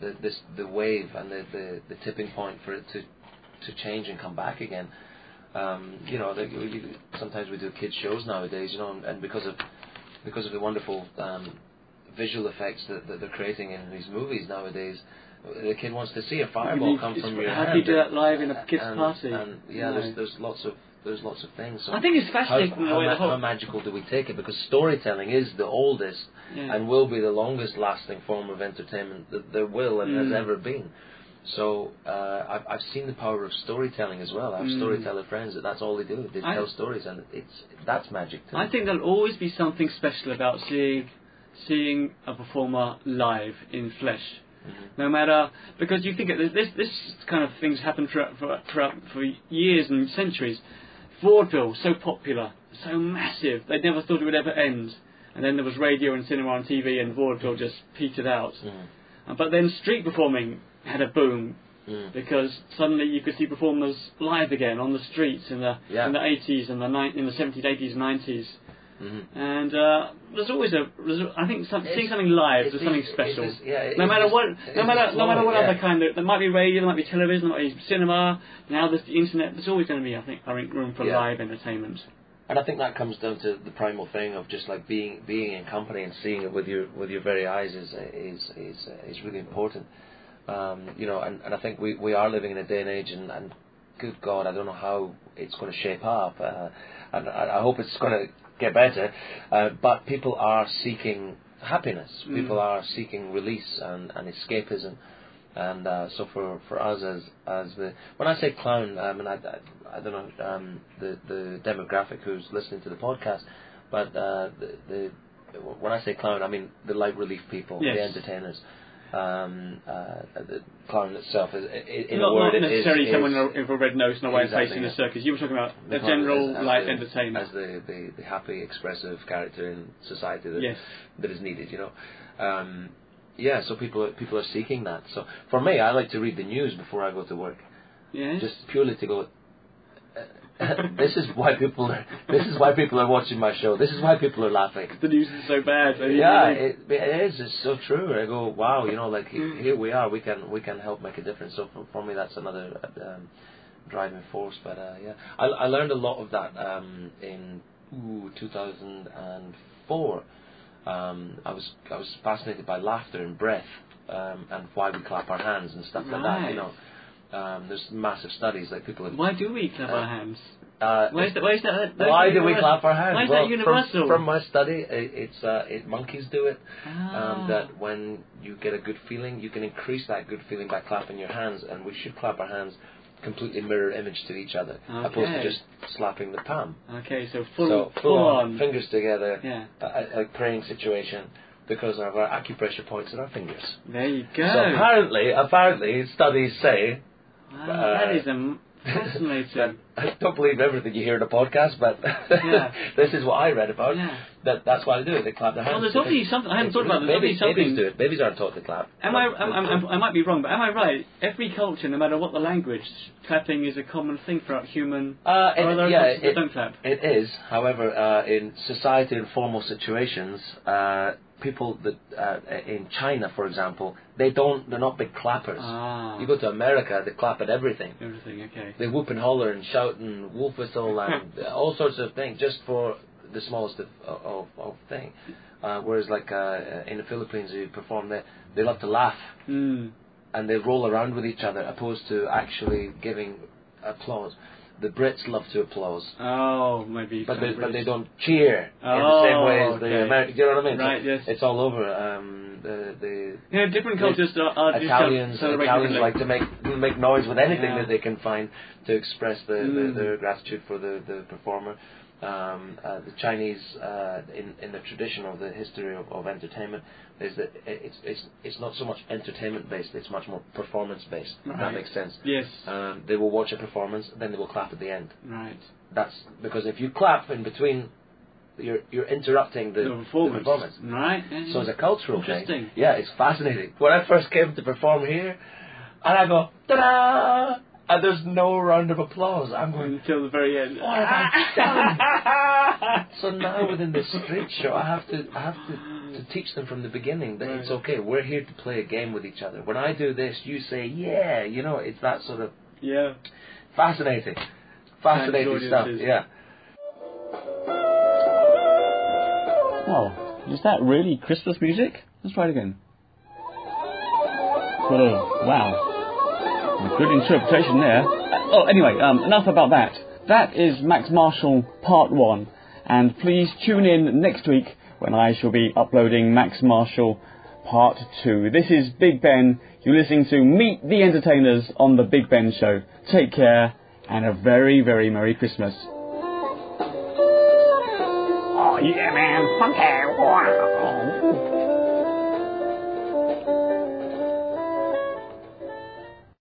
the this the wave and the, the, the tipping point for it to, to change and come back again. Um, you know, like we, we- sometimes we do kids shows nowadays. You know, and, and because of because of the wonderful um, visual effects that, that they're creating in these movies nowadays, the kid wants to see a fireball
You-
come
it's-
from your
How
hand.
do you do
and-
that live in a kids'
and-
party?
and, yeah,
No.
there's there's lots of there's lots of things. So
I think it's
how,
fascinating the
how
way
ma-
the whole
how magical do we take it? Because storytelling is the oldest
Yeah.
and will be the longest lasting form of entertainment that there will and
Mm.
has ever been. So uh, I've, I've seen the power of storytelling as well. I have
Mm.
storyteller friends that that's all they do. They
I-
tell stories, and it's that's magic too.
I think there'll always be something special about seeing seeing a performer live in flesh. No matter because you think it, this this kind of things happen for for, for for years and centuries. Vaudeville so popular, so massive. They never thought it would ever end. And then there was radio and cinema and TV, and vaudeville just petered out.
Mhm.
But then street performing had a boom
Mm.
because suddenly you could see performers live again on the streets in the
Yeah.
in the 80s and the ni- in the 70s, 80s, 90s.
Mhm.
And uh, there's always a, there's a- I think some,
It's-
seeing something live
it's
is
the-
something
it's
special.
this- yeah, it-
no
it's
matter
this-
what,
it's
no matter
this
no matter
flow,
what
yeah.
other kind of, there might be radio, there might be television, there might be cinema. Now there's the internet. There's always going to be, I think, I think room for
Yeah.
live entertainment.
And I think that comes down to the primal thing of just like being being in company and seeing it with your with your very eyes is is is is really important. Um, you know, and, and I think we, we are living in a day and age, and, and good God, I don't know how it's going to shape up. Uh, and I, I hope it's going to get better. Uh, but people are seeking happiness. People are seeking release and, and escapism. And uh, so for, for us as as the when I say clown, I mean I, I, I don't know um, the the demographic who's listening to the podcast, but uh, the, the when I say clown, I mean the light relief people,
Yes.
the entertainers. Um, uh, the clown itself is in, in
not,
a word
not
it is-
necessarily
is-
someone in a- with a red nose and a white
Exactly,
face in
yeah.
a circus. You were talking about
the
a
clown
general
is as
light
the-
entertainer.
as the, the, the happy expressive character in society that
Yes.
that is needed you know um, yeah so people people are seeking that so for me I like to read the news before I go to work
Yes.
just purely to go uh, [laughs] this is why people are this is why people are watching my show this is why people are laughing
the news is so bad. they-
yeah,
they-
it, it is. It's so true. I go, wow, you know, like
Mm.
he- here we are. We can we can help make a difference. So for, for me, that's another um, driving force. But uh, yeah, I, I learned a lot of that um, in ooh, 2004. Um, I was I was fascinated by laughter and breath um, and why we clap our hands and stuff like that. You
Right.
know, um, there's massive studies like people have.
why do we clap our hands?
Uh,
Why is that? Why is that?
why do we clap our hands?
Why is
well,
that universal?
From, from my study, i it's uh, it, monkeys do it.
Ah.
Um, that when you get a good feeling, you can increase that good feeling by clapping your hands, and we should clap our hands completely mirror image to each other, opposed to
Okay.
just slapping the palm.
Okay, so full,
so
full,
full
on.
fingers together,
Yeah.
a, a praying situation, because of our acupressure points in our fingers.
There you go.
So apparently, apparently, studies say
Wow,
uh,
that is um,
[laughs]
fascinating.
I don't believe everything you hear in a podcast, but
Yeah.
[laughs] this is what I read about.
Yeah.
That that's why they do it. They clap their hands.
Well, there's
because-
obviously something- I haven't thought about this.
Babies,
There's obviously
babies
something-
do it. Babies aren't taught to clap. Uh,
am I? I'm, I'm, I'm, I might be wrong, but am I right? Every culture, no matter what the language, clapping is a common thing throughout human.
Uh,
Or are
it,
there
yeah,
cultures that
it,
don't clap?
it is. However, uh, in society and formal situations, uh, people that uh, in China, for example, they don't. They're not big clappers.
Ah.
You go to America, they clap at everything.
Everything okay?
They whoop and holler and shout and wolf
[laughs]
whistle and all sorts of things just for the smallest of of, of thing. Uh, whereas, like uh, in the Philippines, you perform there, they love to laugh
Hmm.
and they roll around with each other, opposed to actually giving applause. The Brits love to applause,
Oh, maybe.
but they,
kind of
but they
British.
don't cheer in the same way as
Oh,
the
okay.
Americans. You know what I mean?
Right, yes.
It's all over. Um, the the
Yeah, different cultures are, are Uh,
Italians,
just celebrate
Italians
differently.
like to make make noise with anything
Yeah.
that they can find to express the,
Mm.
the, their gratitude for the the performer. Um, uh, the Chinese, uh, in in the tradition of the history of, of entertainment, is that it- it's it's it's not so much entertainment based; it's much more performance based. If that
Right.
makes sense.
Yes.
Um, they will watch a performance, then they will clap at the end.
right.
That's because if you clap in between you're you're interrupting the,
The performance.
the performance.
Right. yeah,
So it's
yeah.
a cultural
Interesting.
thing. Yeah, it's fascinating. When I first came to perform here, and I go ta-da, and there's no round of applause. I'm going.
Until the very end.
[laughs] What have I
[laughs]
done?
Mm.
so now within the street show, I have to I have to, to teach them from the beginning that it's
Right.
okay. We're here to play a game with each other. When I do this, you say yeah. You know, it's that sort of
yeah.
fascinating, fascinating
Thanks,
stuff.
audiences.
Yeah.
Oh, is that really Christmas music? Let's try it again. Whoa, wow. A good interpretation there. Uh, oh, anyway, um, enough about that. That is Max Marshall Part 1, and please tune in next week when I shall be uploading Max Marshall Part 2. This is Big Ben. You're listening to Meet the Entertainers on The Big Ben Show. Take care, and a very, very Merry Christmas. Oh, yeah, man. Funky. Wow.